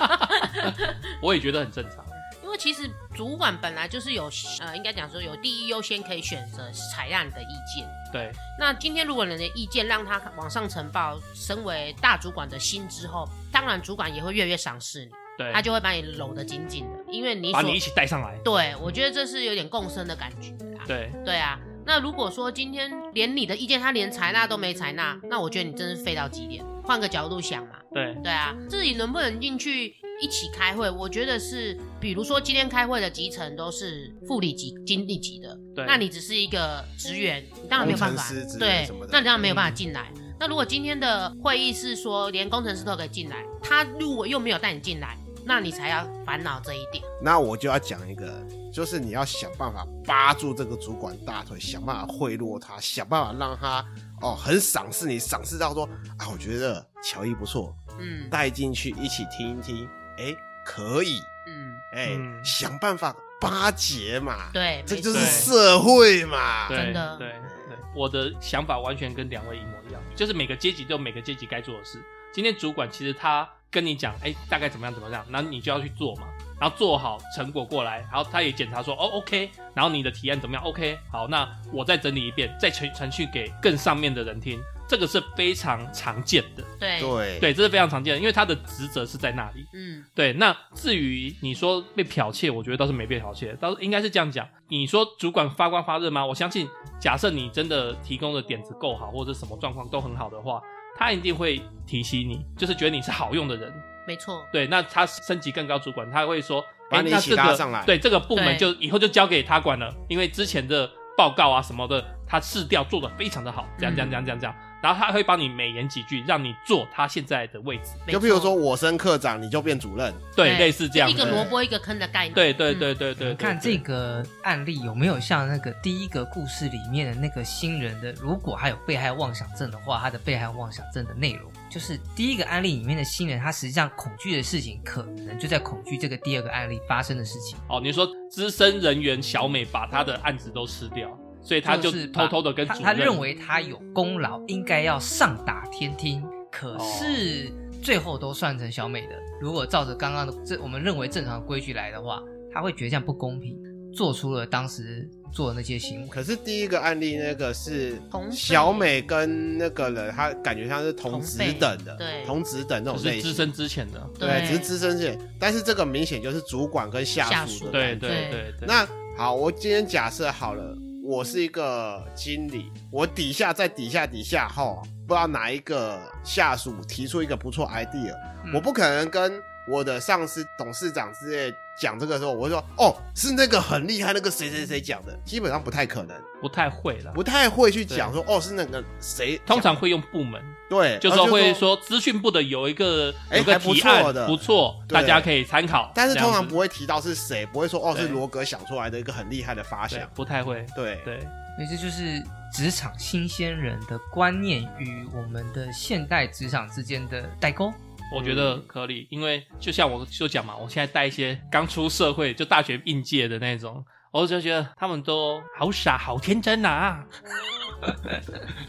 Speaker 5: 我也觉得很正常。
Speaker 4: 因为其实主管本来就是有呃，应该讲说有第一优先可以选择采纳你的意见。
Speaker 5: 对，
Speaker 4: 那今天如果你的意见让他往上呈报，身为大主管的心之后，当然主管也会越来越赏识你，
Speaker 5: 对，
Speaker 4: 他就会把你搂得紧紧的，因为你
Speaker 5: 把
Speaker 4: 所
Speaker 5: 你一起带上来。
Speaker 4: 对我觉得这是有点共生的感觉啦。
Speaker 5: 对，
Speaker 4: 对啊，那如果说今天连你的意见他连采纳都没采纳，那我觉得你真是废到极点。换个角度想嘛，
Speaker 5: 对，
Speaker 4: 对啊，自己能不能进去一起开会？我觉得是，比如说今天开会的集成都是副理级、经理级的，
Speaker 5: 对
Speaker 4: 那你只是一个职员，你当然没有办法
Speaker 3: 工程师职，员
Speaker 4: 对
Speaker 3: 什么的，
Speaker 4: 那你当然没有办法进来。那如果今天的会议是说连工程师都可以进来，他如果又没有带你进来，那你才要烦恼这一点。
Speaker 3: 那我就要讲一个，就是你要想办法扒住这个主管大腿，想办法贿赂他，想办法让他哦很赏识你，赏识到说啊，我觉得乔伊不错，
Speaker 4: 嗯
Speaker 3: 带进去一起听一听，哎、可以，
Speaker 4: 嗯，
Speaker 3: 哎、
Speaker 5: 嗯
Speaker 3: 想办法巴结嘛，
Speaker 4: 对，
Speaker 3: 这
Speaker 4: 没
Speaker 3: 就是
Speaker 4: 错
Speaker 3: 社会嘛，
Speaker 5: 对
Speaker 4: 啊真的
Speaker 5: 对对，我的想法完全跟两位一模一样，就是每个阶级都有每个阶级该做的事。今天主管其实他跟你讲，哎，大概怎么样怎么样，然后你就要去做嘛，然后做好成果过来，然后他也检查说，哦，OK，然后你的提案怎么样？OK，好，那我再整理一遍，再呈程序给更上面的人听，这个是非常常见的，
Speaker 4: 对，
Speaker 3: 对
Speaker 5: 对，这是非常常见的，因为他的职责是在那里。
Speaker 4: 嗯
Speaker 5: 对，那至于你说被剽窃，我觉得倒是没被剽窃，倒是应该是这样讲。你说主管发光发热吗？我相信，假设你真的提供的点子够好，或者什么状况都很好的话，他一定会提携你，就是觉得你是好用的人。
Speaker 4: 没错，
Speaker 5: 对，那他升级更高主管，他会说，
Speaker 6: 把
Speaker 5: 哎
Speaker 6: 你
Speaker 5: 那
Speaker 6: 一起
Speaker 5: 这个
Speaker 6: 拉上来
Speaker 5: 对，这个部
Speaker 4: 对
Speaker 5: 门就以后就交给他管了，因为之前的报告啊什么的，他试调做的非常的好，这样这样这样这样这
Speaker 4: 嗯
Speaker 5: 样，然后他会帮你美言几句，让你做他现在的位置，
Speaker 4: 没
Speaker 6: 就
Speaker 4: 错
Speaker 6: 比如说我升课长，你就变主任，
Speaker 5: 对，
Speaker 4: 对
Speaker 5: 类似这样
Speaker 4: 一个
Speaker 5: 的
Speaker 4: 萝卜一个坑的概念。
Speaker 5: 对对对对对，对
Speaker 1: 看
Speaker 5: 对
Speaker 1: 这个案例有没有像那个第一个故事里面的那个新人的，如果他有被害妄想症的话，他的被害妄想症的内容就是第一个案例里面的新人，他实际上恐惧的事情，可能就在恐惧这个第二个案例发生的事情。
Speaker 5: 哦，你说资深人员小美把他的案子都吃掉，所以他就是
Speaker 1: 把
Speaker 5: 偷偷的跟主
Speaker 1: 他
Speaker 5: 任
Speaker 1: 他认为他有功劳，应该要上打天听，
Speaker 5: 哦
Speaker 1: 可是最后都算成小美的。如果照着刚刚的这我们认为正常的规矩来的话，他会觉得这样不公平，做出了当时做的那些行为。
Speaker 6: 可是第一个案例那个是
Speaker 4: 同辈
Speaker 6: 小美跟那个人，他感觉像是同职等的，
Speaker 4: 同辈对
Speaker 6: 同职等那
Speaker 5: 就
Speaker 6: 种
Speaker 5: 是
Speaker 6: 类
Speaker 5: 资
Speaker 6: 型，
Speaker 5: 深之前的，
Speaker 6: 对，只是资深是，但是这个明显就是主管跟下
Speaker 4: 下
Speaker 6: 属的
Speaker 4: 属
Speaker 5: 对
Speaker 6: 感觉。
Speaker 5: 对
Speaker 4: 对
Speaker 5: 对对，
Speaker 6: 那好，我今天假设好了，我是一个经理，我底下在底下底下后，不知道哪一个下属提出一个不错 idea，、
Speaker 1: 嗯
Speaker 6: 我不可能跟我的上司、董事长之类讲这个时候，我会说哦，是那个很厉害那个谁谁谁讲的，基本上不太可能，
Speaker 5: 不太会了
Speaker 6: 不。太会去讲说哦是那个谁讲的，
Speaker 5: 通常会用部门，
Speaker 6: 对，
Speaker 5: 就
Speaker 6: 然
Speaker 5: 是
Speaker 6: 后
Speaker 5: 会说资讯部的有一个
Speaker 6: 哎
Speaker 5: 有个
Speaker 6: 还不
Speaker 5: 提
Speaker 6: 错
Speaker 5: 案
Speaker 6: 的
Speaker 5: 不错，
Speaker 6: 对
Speaker 5: 大家可以参考。
Speaker 6: 但是通
Speaker 5: 这
Speaker 6: 常
Speaker 5: 样子
Speaker 6: 不会提到是谁，不会说哦是
Speaker 5: 对
Speaker 6: 罗格想出来的一个很厉害的发
Speaker 5: 对
Speaker 6: 想，，
Speaker 5: 不太会。
Speaker 6: 对
Speaker 5: 对，
Speaker 1: 所以这就是职场新鲜人的观念与我们的现代职场之间的代沟。
Speaker 5: 我觉得
Speaker 2: 嗯
Speaker 5: 可以，因为就像我就讲嘛，我现在带一些刚出社会就大学应届的那种，我就觉得他们都好傻好天真啊。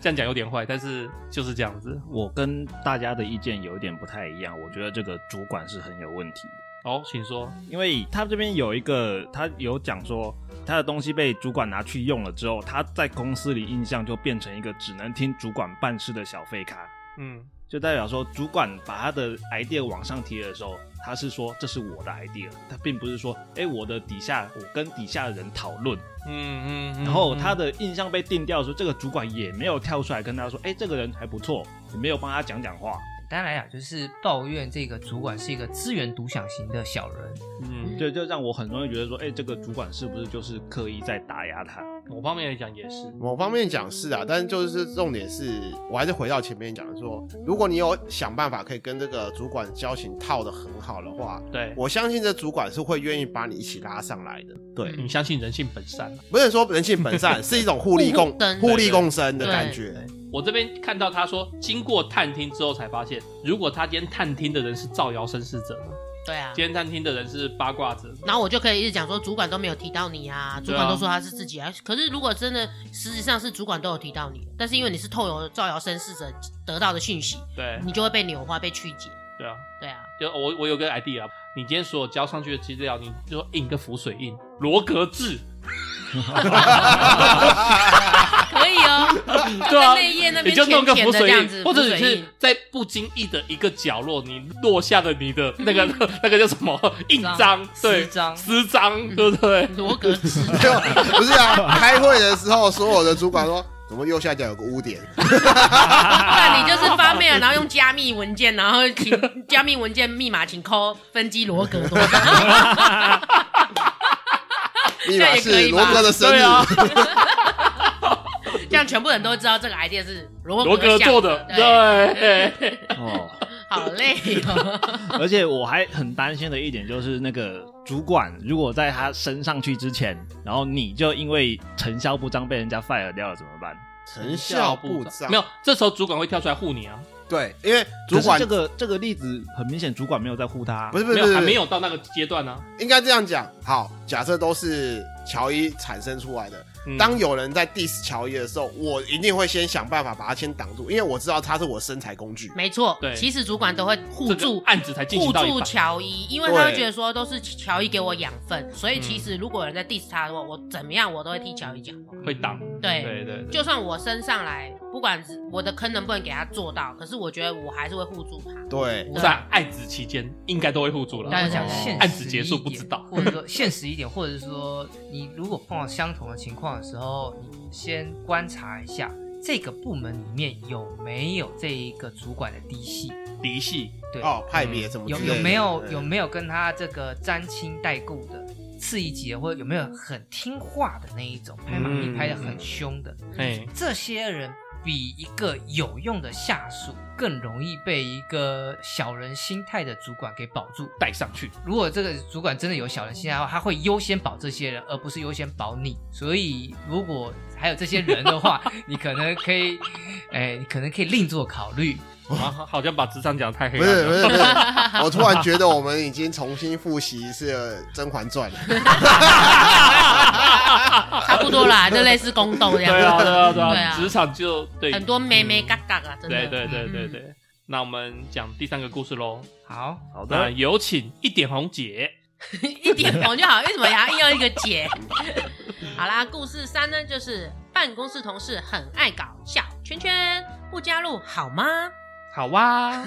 Speaker 5: 这样讲有点坏，但是就是这样子。
Speaker 2: 我跟大家的意见有一点不太一样，我觉得这个主管是很有问题的。
Speaker 5: 哦，请说。
Speaker 2: 因为他这边有一个，他有讲说他的东西被主管拿去用了之后，他在公司里印象就变成一个只能听主管办事的小废咖，
Speaker 5: 嗯，
Speaker 2: 就代表说主管把他的 idea 往上提的时候，他是说这是我的 idea，他并不是说哎我的底下我跟底下的人讨论，
Speaker 5: 嗯嗯，
Speaker 2: 然后他
Speaker 5: 的
Speaker 2: 的印象被定掉的时候，这个主管也没有跳出来跟他说哎这个人还不错，也没有帮他讲讲话，
Speaker 1: 简单来讲，就是抱怨这个主管是一个资源独享型的小人。
Speaker 5: 嗯，
Speaker 2: 就就让我很容易觉得说哎这个主管是不是就是刻意在打压 他？
Speaker 5: 某方面来讲也是，
Speaker 6: 某方面讲是啊，但是就是重点是，我还是回到前面讲的说，如果你有想办法可以跟这个主管交情套的很好的话，
Speaker 5: 对，
Speaker 6: 我相信这主管是会愿意把你一起拉上来的。对，
Speaker 5: 你相信人性本善。
Speaker 6: 不是说人性本善，是一种互利共
Speaker 4: 互生
Speaker 6: 互利共生的感觉。
Speaker 5: 我这边看到他说，经过探听之后才发现，如果他今天探听的人是造谣生事者呢？
Speaker 4: 对啊
Speaker 5: 今。天探听的人是八卦者，
Speaker 4: 然后我就可以一直讲说，主管都没有提到你啊，主
Speaker 5: 对啊
Speaker 4: 管都说他是自己啊。可是如果真的实质上是主管都有提到你，但是因为你是透由造谣生事者得到的讯息，
Speaker 5: 对
Speaker 4: 你就会被扭化、被曲解。
Speaker 5: 对啊，
Speaker 4: 对啊，
Speaker 5: 就我我有个 idea，你啊今天所有交上去的资料，你就印个浮水印，罗格 制，
Speaker 4: 可以哦，
Speaker 5: 对啊
Speaker 4: 在内页那
Speaker 5: 你
Speaker 4: 边
Speaker 5: 就弄个
Speaker 4: 浅
Speaker 5: 浮
Speaker 4: 浅的这
Speaker 5: 水
Speaker 4: 样
Speaker 5: 印，
Speaker 4: 子，
Speaker 5: 或者
Speaker 4: 浮
Speaker 5: 你
Speaker 4: 水
Speaker 5: 是
Speaker 4: 印
Speaker 5: 在不经意的一个角落，你落下了你的那个
Speaker 4: 嗯
Speaker 5: 那个叫什 么印章，对，
Speaker 1: 私章
Speaker 5: 私
Speaker 4: 嗯
Speaker 5: 章，对不对？
Speaker 4: 罗格子，
Speaker 6: 没有不是啊，开会的时候，所有的主管说，怎么右下角有个污点？
Speaker 4: 那你就是发 mail，然后用加密文件，然后请加密文件密码请扣分机罗格多 少，
Speaker 6: 密码
Speaker 4: 这也可
Speaker 6: 是
Speaker 4: 以吧
Speaker 6: 罗哥的生
Speaker 5: 对
Speaker 6: 日。
Speaker 5: 啊，
Speaker 4: 这样全部人都知道这个 idea 是罗
Speaker 5: 罗格
Speaker 4: 格做
Speaker 5: 做的，
Speaker 4: 对，
Speaker 5: 对，
Speaker 2: 哦。
Speaker 4: 好累 哦，
Speaker 2: 而且我还很担心的一点就是，那个主管如果在他升上去之前，然后你就因为成效不彰被人家 fire 掉了怎么办？
Speaker 6: 成效不彰，
Speaker 5: 没有，这时候主管会跳出来护你啊，
Speaker 6: 对，因为主
Speaker 2: 可是
Speaker 6: 管
Speaker 2: 这个这个例子很明显，主管没有在护他、
Speaker 6: 不是不
Speaker 5: 没
Speaker 6: 是
Speaker 5: 有
Speaker 6: 不是
Speaker 5: 还没有到那个阶段啊呢。
Speaker 6: 应该这样讲。好，假设都是乔伊产生出来的，
Speaker 5: 嗯
Speaker 6: 当有人在 diss 乔伊的时候，我一定会先想办法把他先挡住，因为我知道他是我身材工具。
Speaker 4: 没错
Speaker 5: 对，
Speaker 4: 其实主管都会互
Speaker 5: 这个
Speaker 4: 助。
Speaker 5: 案子才进
Speaker 4: 互
Speaker 5: 行到一
Speaker 4: 助
Speaker 5: 半，
Speaker 4: 乔伊，因为他会
Speaker 6: 对
Speaker 4: 觉得说都是乔伊给我养分，所以其实如果有人在 diss 他的话，我怎么样我都会替乔伊讲话。
Speaker 5: 会挡，
Speaker 4: 对
Speaker 5: 对对对，
Speaker 4: 就算我升上来，不管是我的坑能不能给他做到，可是我觉得我还是会互助他。
Speaker 6: 对，
Speaker 5: 在案子期间应该都会互助了。
Speaker 1: 我们
Speaker 4: 对
Speaker 1: 讲
Speaker 4: 对
Speaker 1: 现实
Speaker 5: 案子结束
Speaker 1: 一
Speaker 5: 不
Speaker 1: 点
Speaker 5: 知道
Speaker 1: 或者说现实一点，或者是说你如果碰到相同的情况的时候，你先观察一下，这个部门里面有没有这一个主管的嫡系？
Speaker 5: 嫡系，
Speaker 1: 对，
Speaker 6: 哦，派别怎么
Speaker 1: 有
Speaker 6: 之类
Speaker 1: 有
Speaker 6: 的
Speaker 1: 没有
Speaker 6: 嗯
Speaker 1: 有没有跟他这个沾亲带故的次一级的，或者有没有很听话的那一种，拍马屁
Speaker 5: 嗯
Speaker 1: 拍的很凶的，
Speaker 5: 哎，
Speaker 1: 这些人比一个有用的下属更容易被一个小人心态的主管给保住。
Speaker 5: 带上去，
Speaker 1: 如果这个主管真的有小人心态的话，他会优先保这些人，而不是优先保你。所以，如果还有这些人的 话，你可能可以，哎，你可能可以另做考虑。
Speaker 5: 啊，好像把职场讲得太黑
Speaker 6: 不是
Speaker 5: 暗
Speaker 6: 不是
Speaker 5: 了。
Speaker 6: 不是，我突然觉得我们已经重新复习一次呃《甄嬛传》
Speaker 5: 嗯
Speaker 6: 了。
Speaker 4: 差不多 啦，就类似宫斗这样。
Speaker 5: 哦对啊对啊对
Speaker 4: 对
Speaker 5: 啊，
Speaker 4: 啊
Speaker 5: 职场就对
Speaker 4: 很多妹妹嘎嘎啊，真的。
Speaker 5: 对对对对
Speaker 4: 嗯
Speaker 5: 对。那我们讲第三个故事喽。
Speaker 1: 好，
Speaker 2: 好
Speaker 6: 嗯
Speaker 5: 那
Speaker 2: 的，
Speaker 5: 有请一点红姐。
Speaker 4: 一点红就好，为什么还要硬要一个姐？好啦，故事三呢，就是办公室同事很爱搞小圈圈，不加入好吗？
Speaker 5: 好哇、 啊，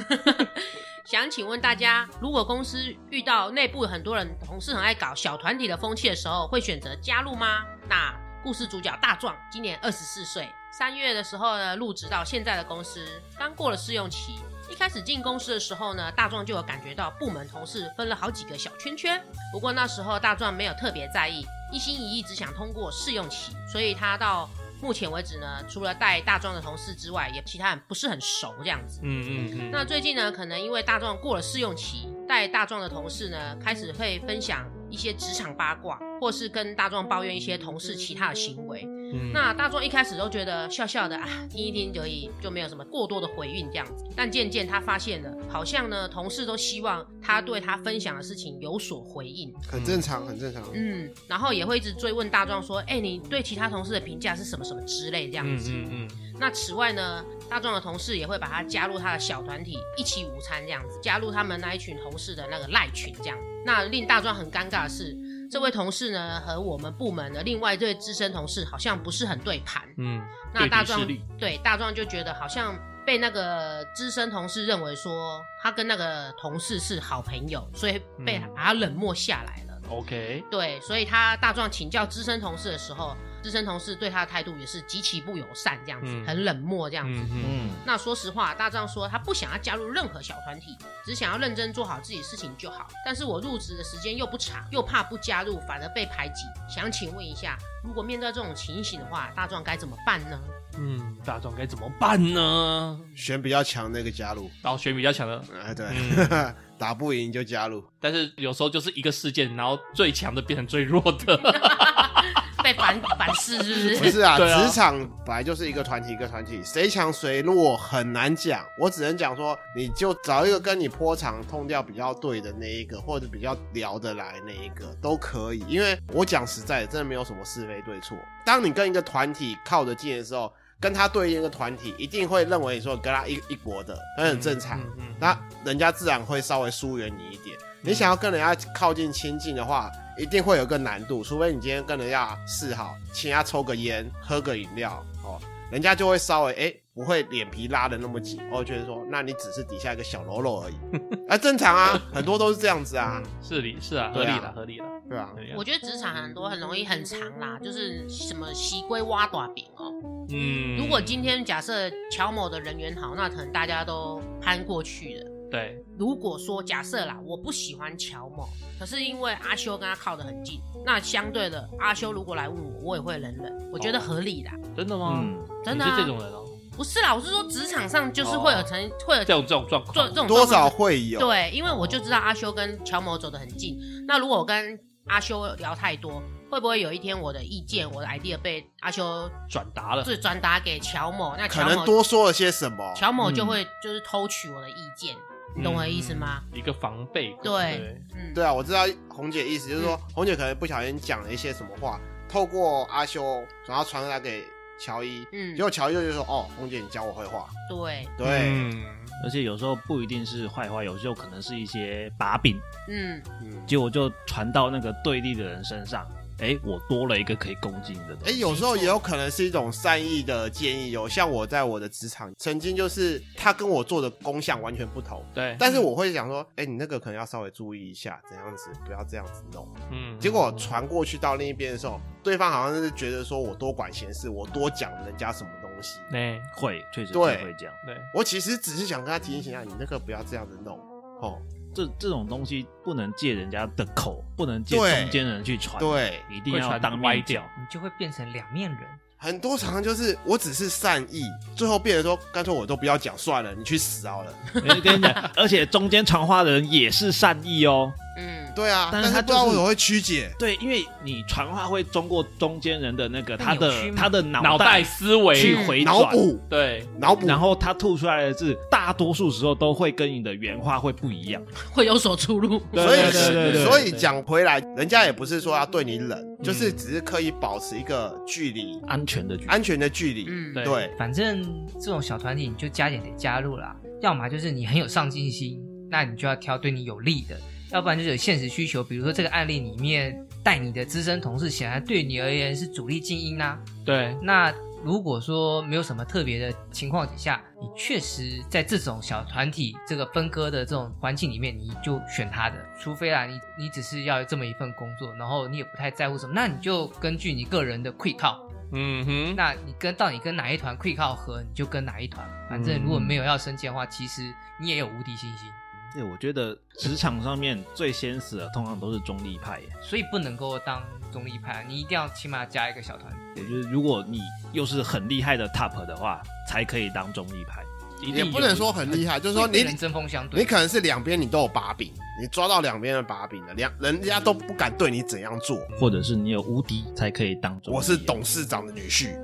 Speaker 4: 想请问大家，如果公司遇到内部很多人同事很爱搞小团体的风气的时候，会选择加入吗？那故事主角大壮今年二十四岁，三月的时候呢入职到现在的公司，刚过了试用期。一开始进公司的时候呢，大壮就有感觉到部门同事分了好几个小圈圈，不过那时候大壮没有特别在意，一心一意只想通过试用期，所以他到目前为止呢，除了带大壮的同事之外，也其他人不是很熟这样子。
Speaker 5: 嗯嗯嗯，
Speaker 4: 那最近呢，可能因为大壮过了试用期，带大壮的同事呢，开始会分享一些职场八卦，或是跟大壮抱怨一些同事其他的行为。
Speaker 5: 嗯
Speaker 4: 那大壮一开始都觉得笑笑的啊，听一听而已，就没有什么过多的回应这样子。但渐渐他发现了，好像呢，同事都希望他对他分享的事情有所回应，
Speaker 6: 很正常，很正常。
Speaker 4: 嗯，然后也会一直追问大壮说，哎、你对其他同事的评价是什么什么之类这样
Speaker 5: 嗯
Speaker 4: 子。
Speaker 5: 嗯嗯，
Speaker 4: 那此外呢，大壮的同事也会把他加入他的小团体，一起午餐这样子，加入他们那一群同事的那个赖群这样。那令大壮很尴尬的是，这位同事呢和我们部门的另外一对资深同事好像不是很对盘。
Speaker 5: 嗯，
Speaker 4: 那大
Speaker 5: 对
Speaker 4: 壮
Speaker 5: 敌视力
Speaker 4: 对大壮就觉得好像被那个资深同事认为说他跟那个同事是好朋友，所以被
Speaker 5: 嗯
Speaker 4: 把他冷漠下来了。
Speaker 5: OK，
Speaker 4: 对，所以他大壮请教资深同事的时候，资深同事对他的态度也是极其不友善，这样子、
Speaker 5: 嗯
Speaker 4: 很冷漠这样子。
Speaker 5: 嗯嗯
Speaker 2: 嗯，
Speaker 4: 那说实话，大壮说他不想要加入任何小团体，只想要认真做好自己事情就好。但是我入职的时间又不长，又怕不加入反而被排挤。想请问一下，如果面对这种情形的话，大壮该怎么办呢？
Speaker 5: 嗯，大壮该怎么办呢？
Speaker 6: 选比较强那个加入，
Speaker 5: 然后选比较强的，
Speaker 6: 哎，对，
Speaker 5: 嗯
Speaker 6: 打不赢就加入。
Speaker 5: 但是有时候就是一个事件，然后最强的变成最弱的。
Speaker 4: 被 反反噬是不是？
Speaker 6: 不是啊，
Speaker 5: 对啊
Speaker 6: 职场本来就是一个团体一个团体，谁强谁弱很难讲。我只能讲说，你就找一个跟你波长痛调比较对的那一个，或者比较聊得来那一个都可以。因为我讲实在的，真的没有什么是非对错。当你跟一个团体靠得近的时候，跟他对应一个团体，一定会认为你说跟他一一国的，那很正常。
Speaker 5: 嗯嗯
Speaker 6: 那人家自然会稍微疏远你一点。你想要跟人家靠近亲近的话，一定会有个难度，除非你今天跟人家示好，请他抽个烟、喝个饮料，哦，人家就会稍微哎、诶不会脸皮拉的那么紧，哦，觉得说那你只是底下一个小喽啰而已，啊，正常啊，很多都是这样子啊，
Speaker 5: 嗯是理是啊，合
Speaker 6: 对
Speaker 5: 理
Speaker 6: 啊
Speaker 5: 了，合理了，
Speaker 6: 对吧、
Speaker 5: 合理啊啦
Speaker 4: 我觉得职场很多很容易很长啦，就是什么西龟挖大饼哦。
Speaker 5: 嗯，
Speaker 4: 如果今天假设乔某的人缘好，那可能大家都攀过去了。
Speaker 5: 对，
Speaker 4: 如果说假设啦，我不喜欢乔某，可是因为阿修跟他靠得很近，那相对的阿修如果来问我，我也会忍忍，我觉得合理啦，
Speaker 5: 真的吗？
Speaker 2: 嗯，
Speaker 4: 真的、
Speaker 5: 你
Speaker 4: 啊。
Speaker 5: 是这种人哦，
Speaker 4: 不是啦，我是说职场上就是会有成、会有
Speaker 5: 这种这种状
Speaker 4: 做
Speaker 5: 况
Speaker 4: 这，种
Speaker 6: 多
Speaker 4: 状
Speaker 6: 少
Speaker 4: 况
Speaker 6: 会有，
Speaker 4: 对，因为我就知道阿修跟乔某走得很近，那如果我跟阿修聊太多，会不会有一天我的意见我的 idea 被阿修
Speaker 5: 转达了，
Speaker 4: 就转达给乔某，那
Speaker 6: 可
Speaker 4: 乔
Speaker 6: 能
Speaker 4: 某
Speaker 6: 多说了些什么，
Speaker 4: 乔某就
Speaker 2: 嗯
Speaker 4: 会就是偷取我的意见，
Speaker 5: 嗯
Speaker 4: 你懂我的意思吗？
Speaker 5: 一个防备。
Speaker 4: 对，嗯，
Speaker 6: 对啊，我知道红姐意思就是说，红姐可能不小心讲了一些什么话，透过阿修，然后传达给乔伊，
Speaker 4: 嗯
Speaker 6: 结果乔伊就觉得说，哦，红姐你教我会画，
Speaker 4: 对，
Speaker 6: 对，
Speaker 5: 嗯
Speaker 2: 而且有时候不一定是坏话，有时候可能是一些把柄，
Speaker 4: 嗯，
Speaker 6: 嗯，
Speaker 2: 结果就传到那个对立的人身上。哎，我多了一个可以攻击你的东
Speaker 6: 哎、
Speaker 2: 西。
Speaker 6: 有时候也有可能是一种善意的建议哦。像我在我的职场，曾经就是他跟我做的功向完全不同，
Speaker 5: 对，
Speaker 6: 但是我会想说，哎、你那个可能要稍微注意一下，怎样子不要这样子弄。
Speaker 5: 嗯
Speaker 6: 结果传过去到另一边的时候，对方好像是觉得说我多管闲事，我多讲人家什么东
Speaker 3: 东西。
Speaker 5: 哎，
Speaker 2: 会，确实是
Speaker 3: 对
Speaker 2: 会这样。
Speaker 5: 对，
Speaker 3: 我其实只是想跟他提醒一下，你那个不要这样子弄哦。
Speaker 2: 这这种东西不能借人家的口，不能借
Speaker 3: 对
Speaker 2: 中间人去传，，
Speaker 3: 对，
Speaker 2: 一定
Speaker 5: 会
Speaker 2: 要
Speaker 5: 传
Speaker 2: 当
Speaker 5: 歪
Speaker 2: 面
Speaker 5: 掉
Speaker 2: 讲。
Speaker 1: 你就会变成两面人。
Speaker 3: 很多常常就是我只是善意，最后变成说干脆我都不要讲算了，你去死好了。
Speaker 2: 哎跟你讲， 而且中间传话的人也是善意哦。
Speaker 4: 嗯，
Speaker 3: 对啊，
Speaker 2: 但
Speaker 3: 但
Speaker 2: 是
Speaker 3: 是
Speaker 2: 他
Speaker 3: 不知道
Speaker 2: 就是
Speaker 3: 为什么会曲解。
Speaker 2: 对，因为你传话会通过中间人的那个
Speaker 1: 被
Speaker 2: 他
Speaker 1: 扭曲嘛
Speaker 2: 的他的脑
Speaker 5: 脑袋嗯思维
Speaker 2: 去回
Speaker 3: 脑
Speaker 2: 转，
Speaker 3: 补，
Speaker 5: 对，
Speaker 3: 脑补，
Speaker 2: 然后他吐出来的字，大多数时候都会跟你的原话会不一样。
Speaker 4: 会有所出入。
Speaker 2: 对
Speaker 3: 所以
Speaker 2: 对对对对
Speaker 3: 所以讲回来，人家也不是说要对你冷，就是只是刻意保持一个距离，
Speaker 2: 安全的局，
Speaker 3: 安全的距离。
Speaker 4: 嗯，
Speaker 5: 对
Speaker 3: 对，
Speaker 1: 反正这种小团体你就加减得加入啦，要么就是你很有上进心，那你就要挑对你有利的；要不然就是有现实需求，比如说这个案例里面带你的资深同事显然对你而言是主力精英啊。
Speaker 5: 对，
Speaker 1: 那如果说没有什么特别的情况底下，你确实在这种小团体这个分割的这种环境里面，你就选他的，除非啦，你你只是要有这么一份工作，然后你也不太在乎什么，那你就根据你个人的溃靠。
Speaker 5: 嗯哼，
Speaker 1: 那你跟到底跟哪一团 quick 靠合，你就跟哪一团。反正如果没有要升迁的话，其实你也有无敌信心，
Speaker 2: 对，我觉得职场上面最先死的通常都是中立派耶。
Speaker 1: 所以不能够当中立派，你一定要起码加一个小团。
Speaker 2: 我觉得如果你又是很厉害的 top 的话，才可以当中立派。
Speaker 5: 一定
Speaker 3: 也
Speaker 5: 有
Speaker 3: 不能说很厉害，就是说
Speaker 1: 会
Speaker 3: 你
Speaker 1: 跟人针锋相对，
Speaker 3: 你可能是两边你都有把柄，你抓到两边的把柄了，两人家都不敢对你怎样做。
Speaker 2: 或者是你有无敌才可以当中立。
Speaker 3: 我是董事长的女婿，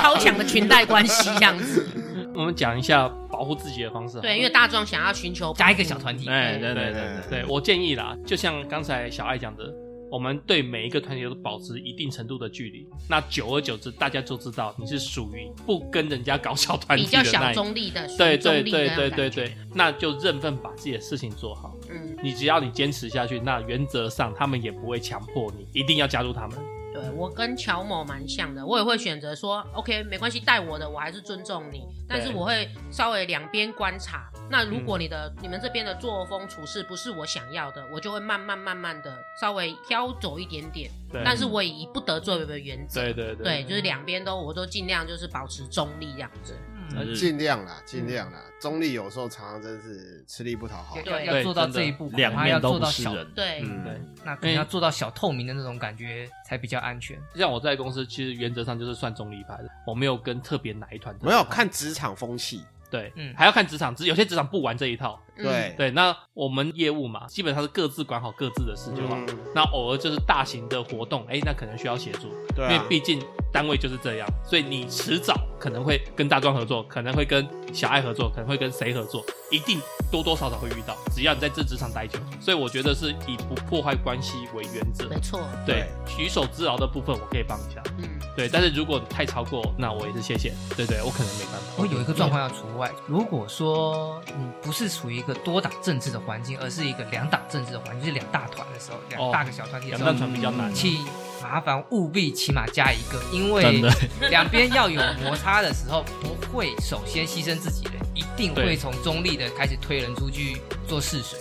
Speaker 4: 超强的裙带关系这样子。
Speaker 5: 我们讲一下保护自己的方式。
Speaker 4: 对，因为大壮想要寻求
Speaker 1: 加一个小团体。
Speaker 2: 哎，对对
Speaker 3: 对
Speaker 2: 对
Speaker 3: 对
Speaker 5: 对我建议啦，就像刚才小爱讲的，我们对每一个团体都保持一定程度的距离。那久而久之，大家就知道你是属于不跟人家搞小团
Speaker 4: 比
Speaker 5: 体
Speaker 4: 较
Speaker 5: 的
Speaker 4: 小
Speaker 5: 那一。
Speaker 4: 中立的，
Speaker 5: 对
Speaker 4: 中
Speaker 5: 对
Speaker 4: 立的
Speaker 5: 对
Speaker 4: 那种
Speaker 5: 对对
Speaker 4: 感觉
Speaker 5: 对，那就认份把自己的事情做好。
Speaker 4: 嗯，
Speaker 5: 你只要你坚持下去，那原则上他们也不会强迫你一定要加入他们。
Speaker 4: 对我跟乔某蛮像的，我也会选择说，OK，没关系，带我的，我还是尊重你，但是我会稍微两边观察。那如果你的、你们这边的作风处事不是我想要的，我就会慢慢慢慢的稍微挑走一点点，
Speaker 5: 对，
Speaker 4: 但是我以不得罪为原则。
Speaker 5: 对对对
Speaker 4: 对，就是两边都，我都尽量就是保持中立这样子。
Speaker 1: 嗯
Speaker 2: 是
Speaker 3: 尽量啦，尽量啦。中立有时候常常真是吃力不讨好
Speaker 1: 要。
Speaker 4: 对
Speaker 1: 要要做到这一步，
Speaker 2: 两
Speaker 1: 恐怕要
Speaker 2: 面都
Speaker 1: 做
Speaker 2: 不
Speaker 1: 到
Speaker 2: 是
Speaker 1: 小，
Speaker 2: 人。哎
Speaker 4: 对，
Speaker 5: 对
Speaker 3: 嗯，。
Speaker 1: 那可能要做到小透明的那种感觉才比较安
Speaker 2: 嗯
Speaker 1: 全。
Speaker 5: 像我在公司，其实原则上就是算中立派的，我没有跟特别哪一团。
Speaker 3: 没有看职场风气，
Speaker 5: 对，
Speaker 1: 嗯
Speaker 5: 还要看职场，只有些职场不玩这一套。
Speaker 4: 嗯
Speaker 3: 对
Speaker 5: 对，那我们业务嘛，基本上是各自管好各自的事就好。
Speaker 3: 嗯
Speaker 5: 那偶尔就是大型的活动，哎，那可能需要协助，
Speaker 3: 对
Speaker 5: 因为
Speaker 3: 啊，
Speaker 5: 毕竟单位就是这样，所以你迟早可能会跟大壮合作，可能会跟小爱合作，可能会跟谁合作，一定多多少少会遇到。只要你在这职场待久，所以我觉得是以不破坏关系为原则。
Speaker 4: 没错，
Speaker 5: 对，举手之劳的部分我可以帮一下。
Speaker 4: 嗯，
Speaker 5: 对，但是如果太超过，那我也是谢谢。对对，我可能没办法。
Speaker 1: 我哦有一个状况要除外，如果说你不是处于一个多党政治的环境，而是一个两党政治的环境，就是两大团的时候，两
Speaker 5: 哦
Speaker 1: 大个小团体的
Speaker 5: 两
Speaker 1: 时候，
Speaker 5: 大船比较难。
Speaker 1: 请麻烦务必起码加一个，因为
Speaker 2: 真的
Speaker 1: 两边要有摩擦的时候，不会首先牺牲自己的，一定会
Speaker 5: 对
Speaker 1: 从中立的开始推人出去做试水。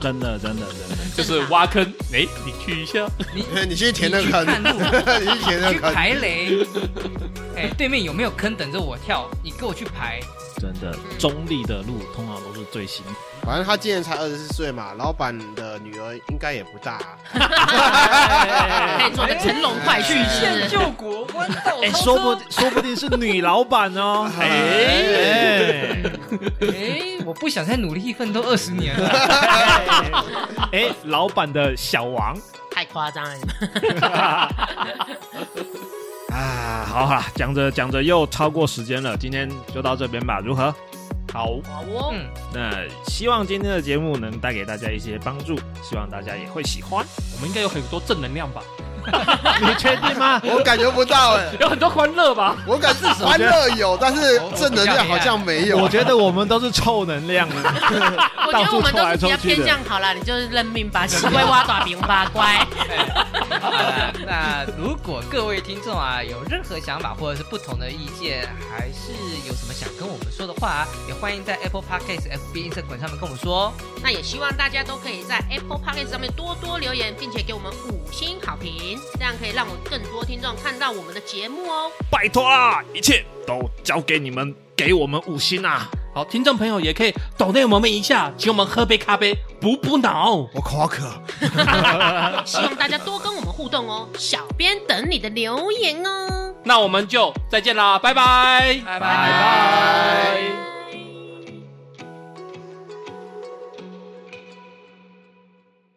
Speaker 2: 真的真的真的，
Speaker 5: 就是挖坑，哎，你去一下。
Speaker 1: 你
Speaker 3: 你去填那
Speaker 1: 你去
Speaker 3: 坑
Speaker 1: 看路，
Speaker 3: 你去填那
Speaker 1: 去
Speaker 3: 坑，
Speaker 1: 排雷，哎，对面有没有坑等着我跳？你给我去 排。
Speaker 2: 真的中立的路通常都是最辛苦。
Speaker 3: 反正他今年才二十四岁嘛，老板的女儿应该也不大、啊。
Speaker 4: 可以做个乘龙快婿
Speaker 1: 曲线
Speaker 4: 式。
Speaker 1: 救国，弯道
Speaker 2: 哎，
Speaker 1: 超
Speaker 2: 说
Speaker 1: 车。
Speaker 2: 不说不定是女老板 哦。
Speaker 3: 哎
Speaker 2: 哎
Speaker 1: 哎，我不想再努力奋斗二十年了。
Speaker 2: 哎，老板的小王
Speaker 4: 太夸张了，你们
Speaker 2: 啊，好啦，讲着讲着又超过时间了，今天就到这边吧，如何？好，
Speaker 4: 好哦，
Speaker 1: 嗯，
Speaker 2: 那希望今天的节目能带给大家一些帮助，希望大家也会喜欢。
Speaker 5: 我们应该有很多正能量吧，
Speaker 2: 你确定吗？
Speaker 3: 我感觉不到哎、
Speaker 5: 有很多欢乐吧。
Speaker 3: 我感觉欢乐有，但是正能量好像没有。
Speaker 2: 我觉得我们都是臭能量了，
Speaker 4: 我
Speaker 2: 到
Speaker 4: 觉得
Speaker 2: 处
Speaker 4: 我们
Speaker 2: 抽
Speaker 4: 都
Speaker 2: 来
Speaker 4: 是比
Speaker 2: 抽
Speaker 4: 较
Speaker 2: 去
Speaker 4: 偏
Speaker 2: 的。
Speaker 4: 向好啦，你就是认命吧，死龟挖爪饼吧，乖。
Speaker 1: 好啦，那如果各位听众啊有任何想法或者是不同的意见，还是有什么想跟我们说的话、啊，也欢迎在 Apple Podcast、FB、Instagram 上面跟我们说哦。
Speaker 4: 那也希望大家都可以在 Apple Podcast 上面多多留言，并且给我们五星好评。这样可以让我更多听众看到我们的节目哦。
Speaker 2: 拜托啦，一切都交给你们，给我们五星啊！
Speaker 5: 好，听众朋友也可以抖内我们一下，请我们喝杯咖啡，补补脑。
Speaker 6: 我口渴，
Speaker 4: 希望大家多跟我们互动哦，小编等你的留言哦。
Speaker 5: 那我们就再见啦，拜拜，拜拜
Speaker 4: 拜。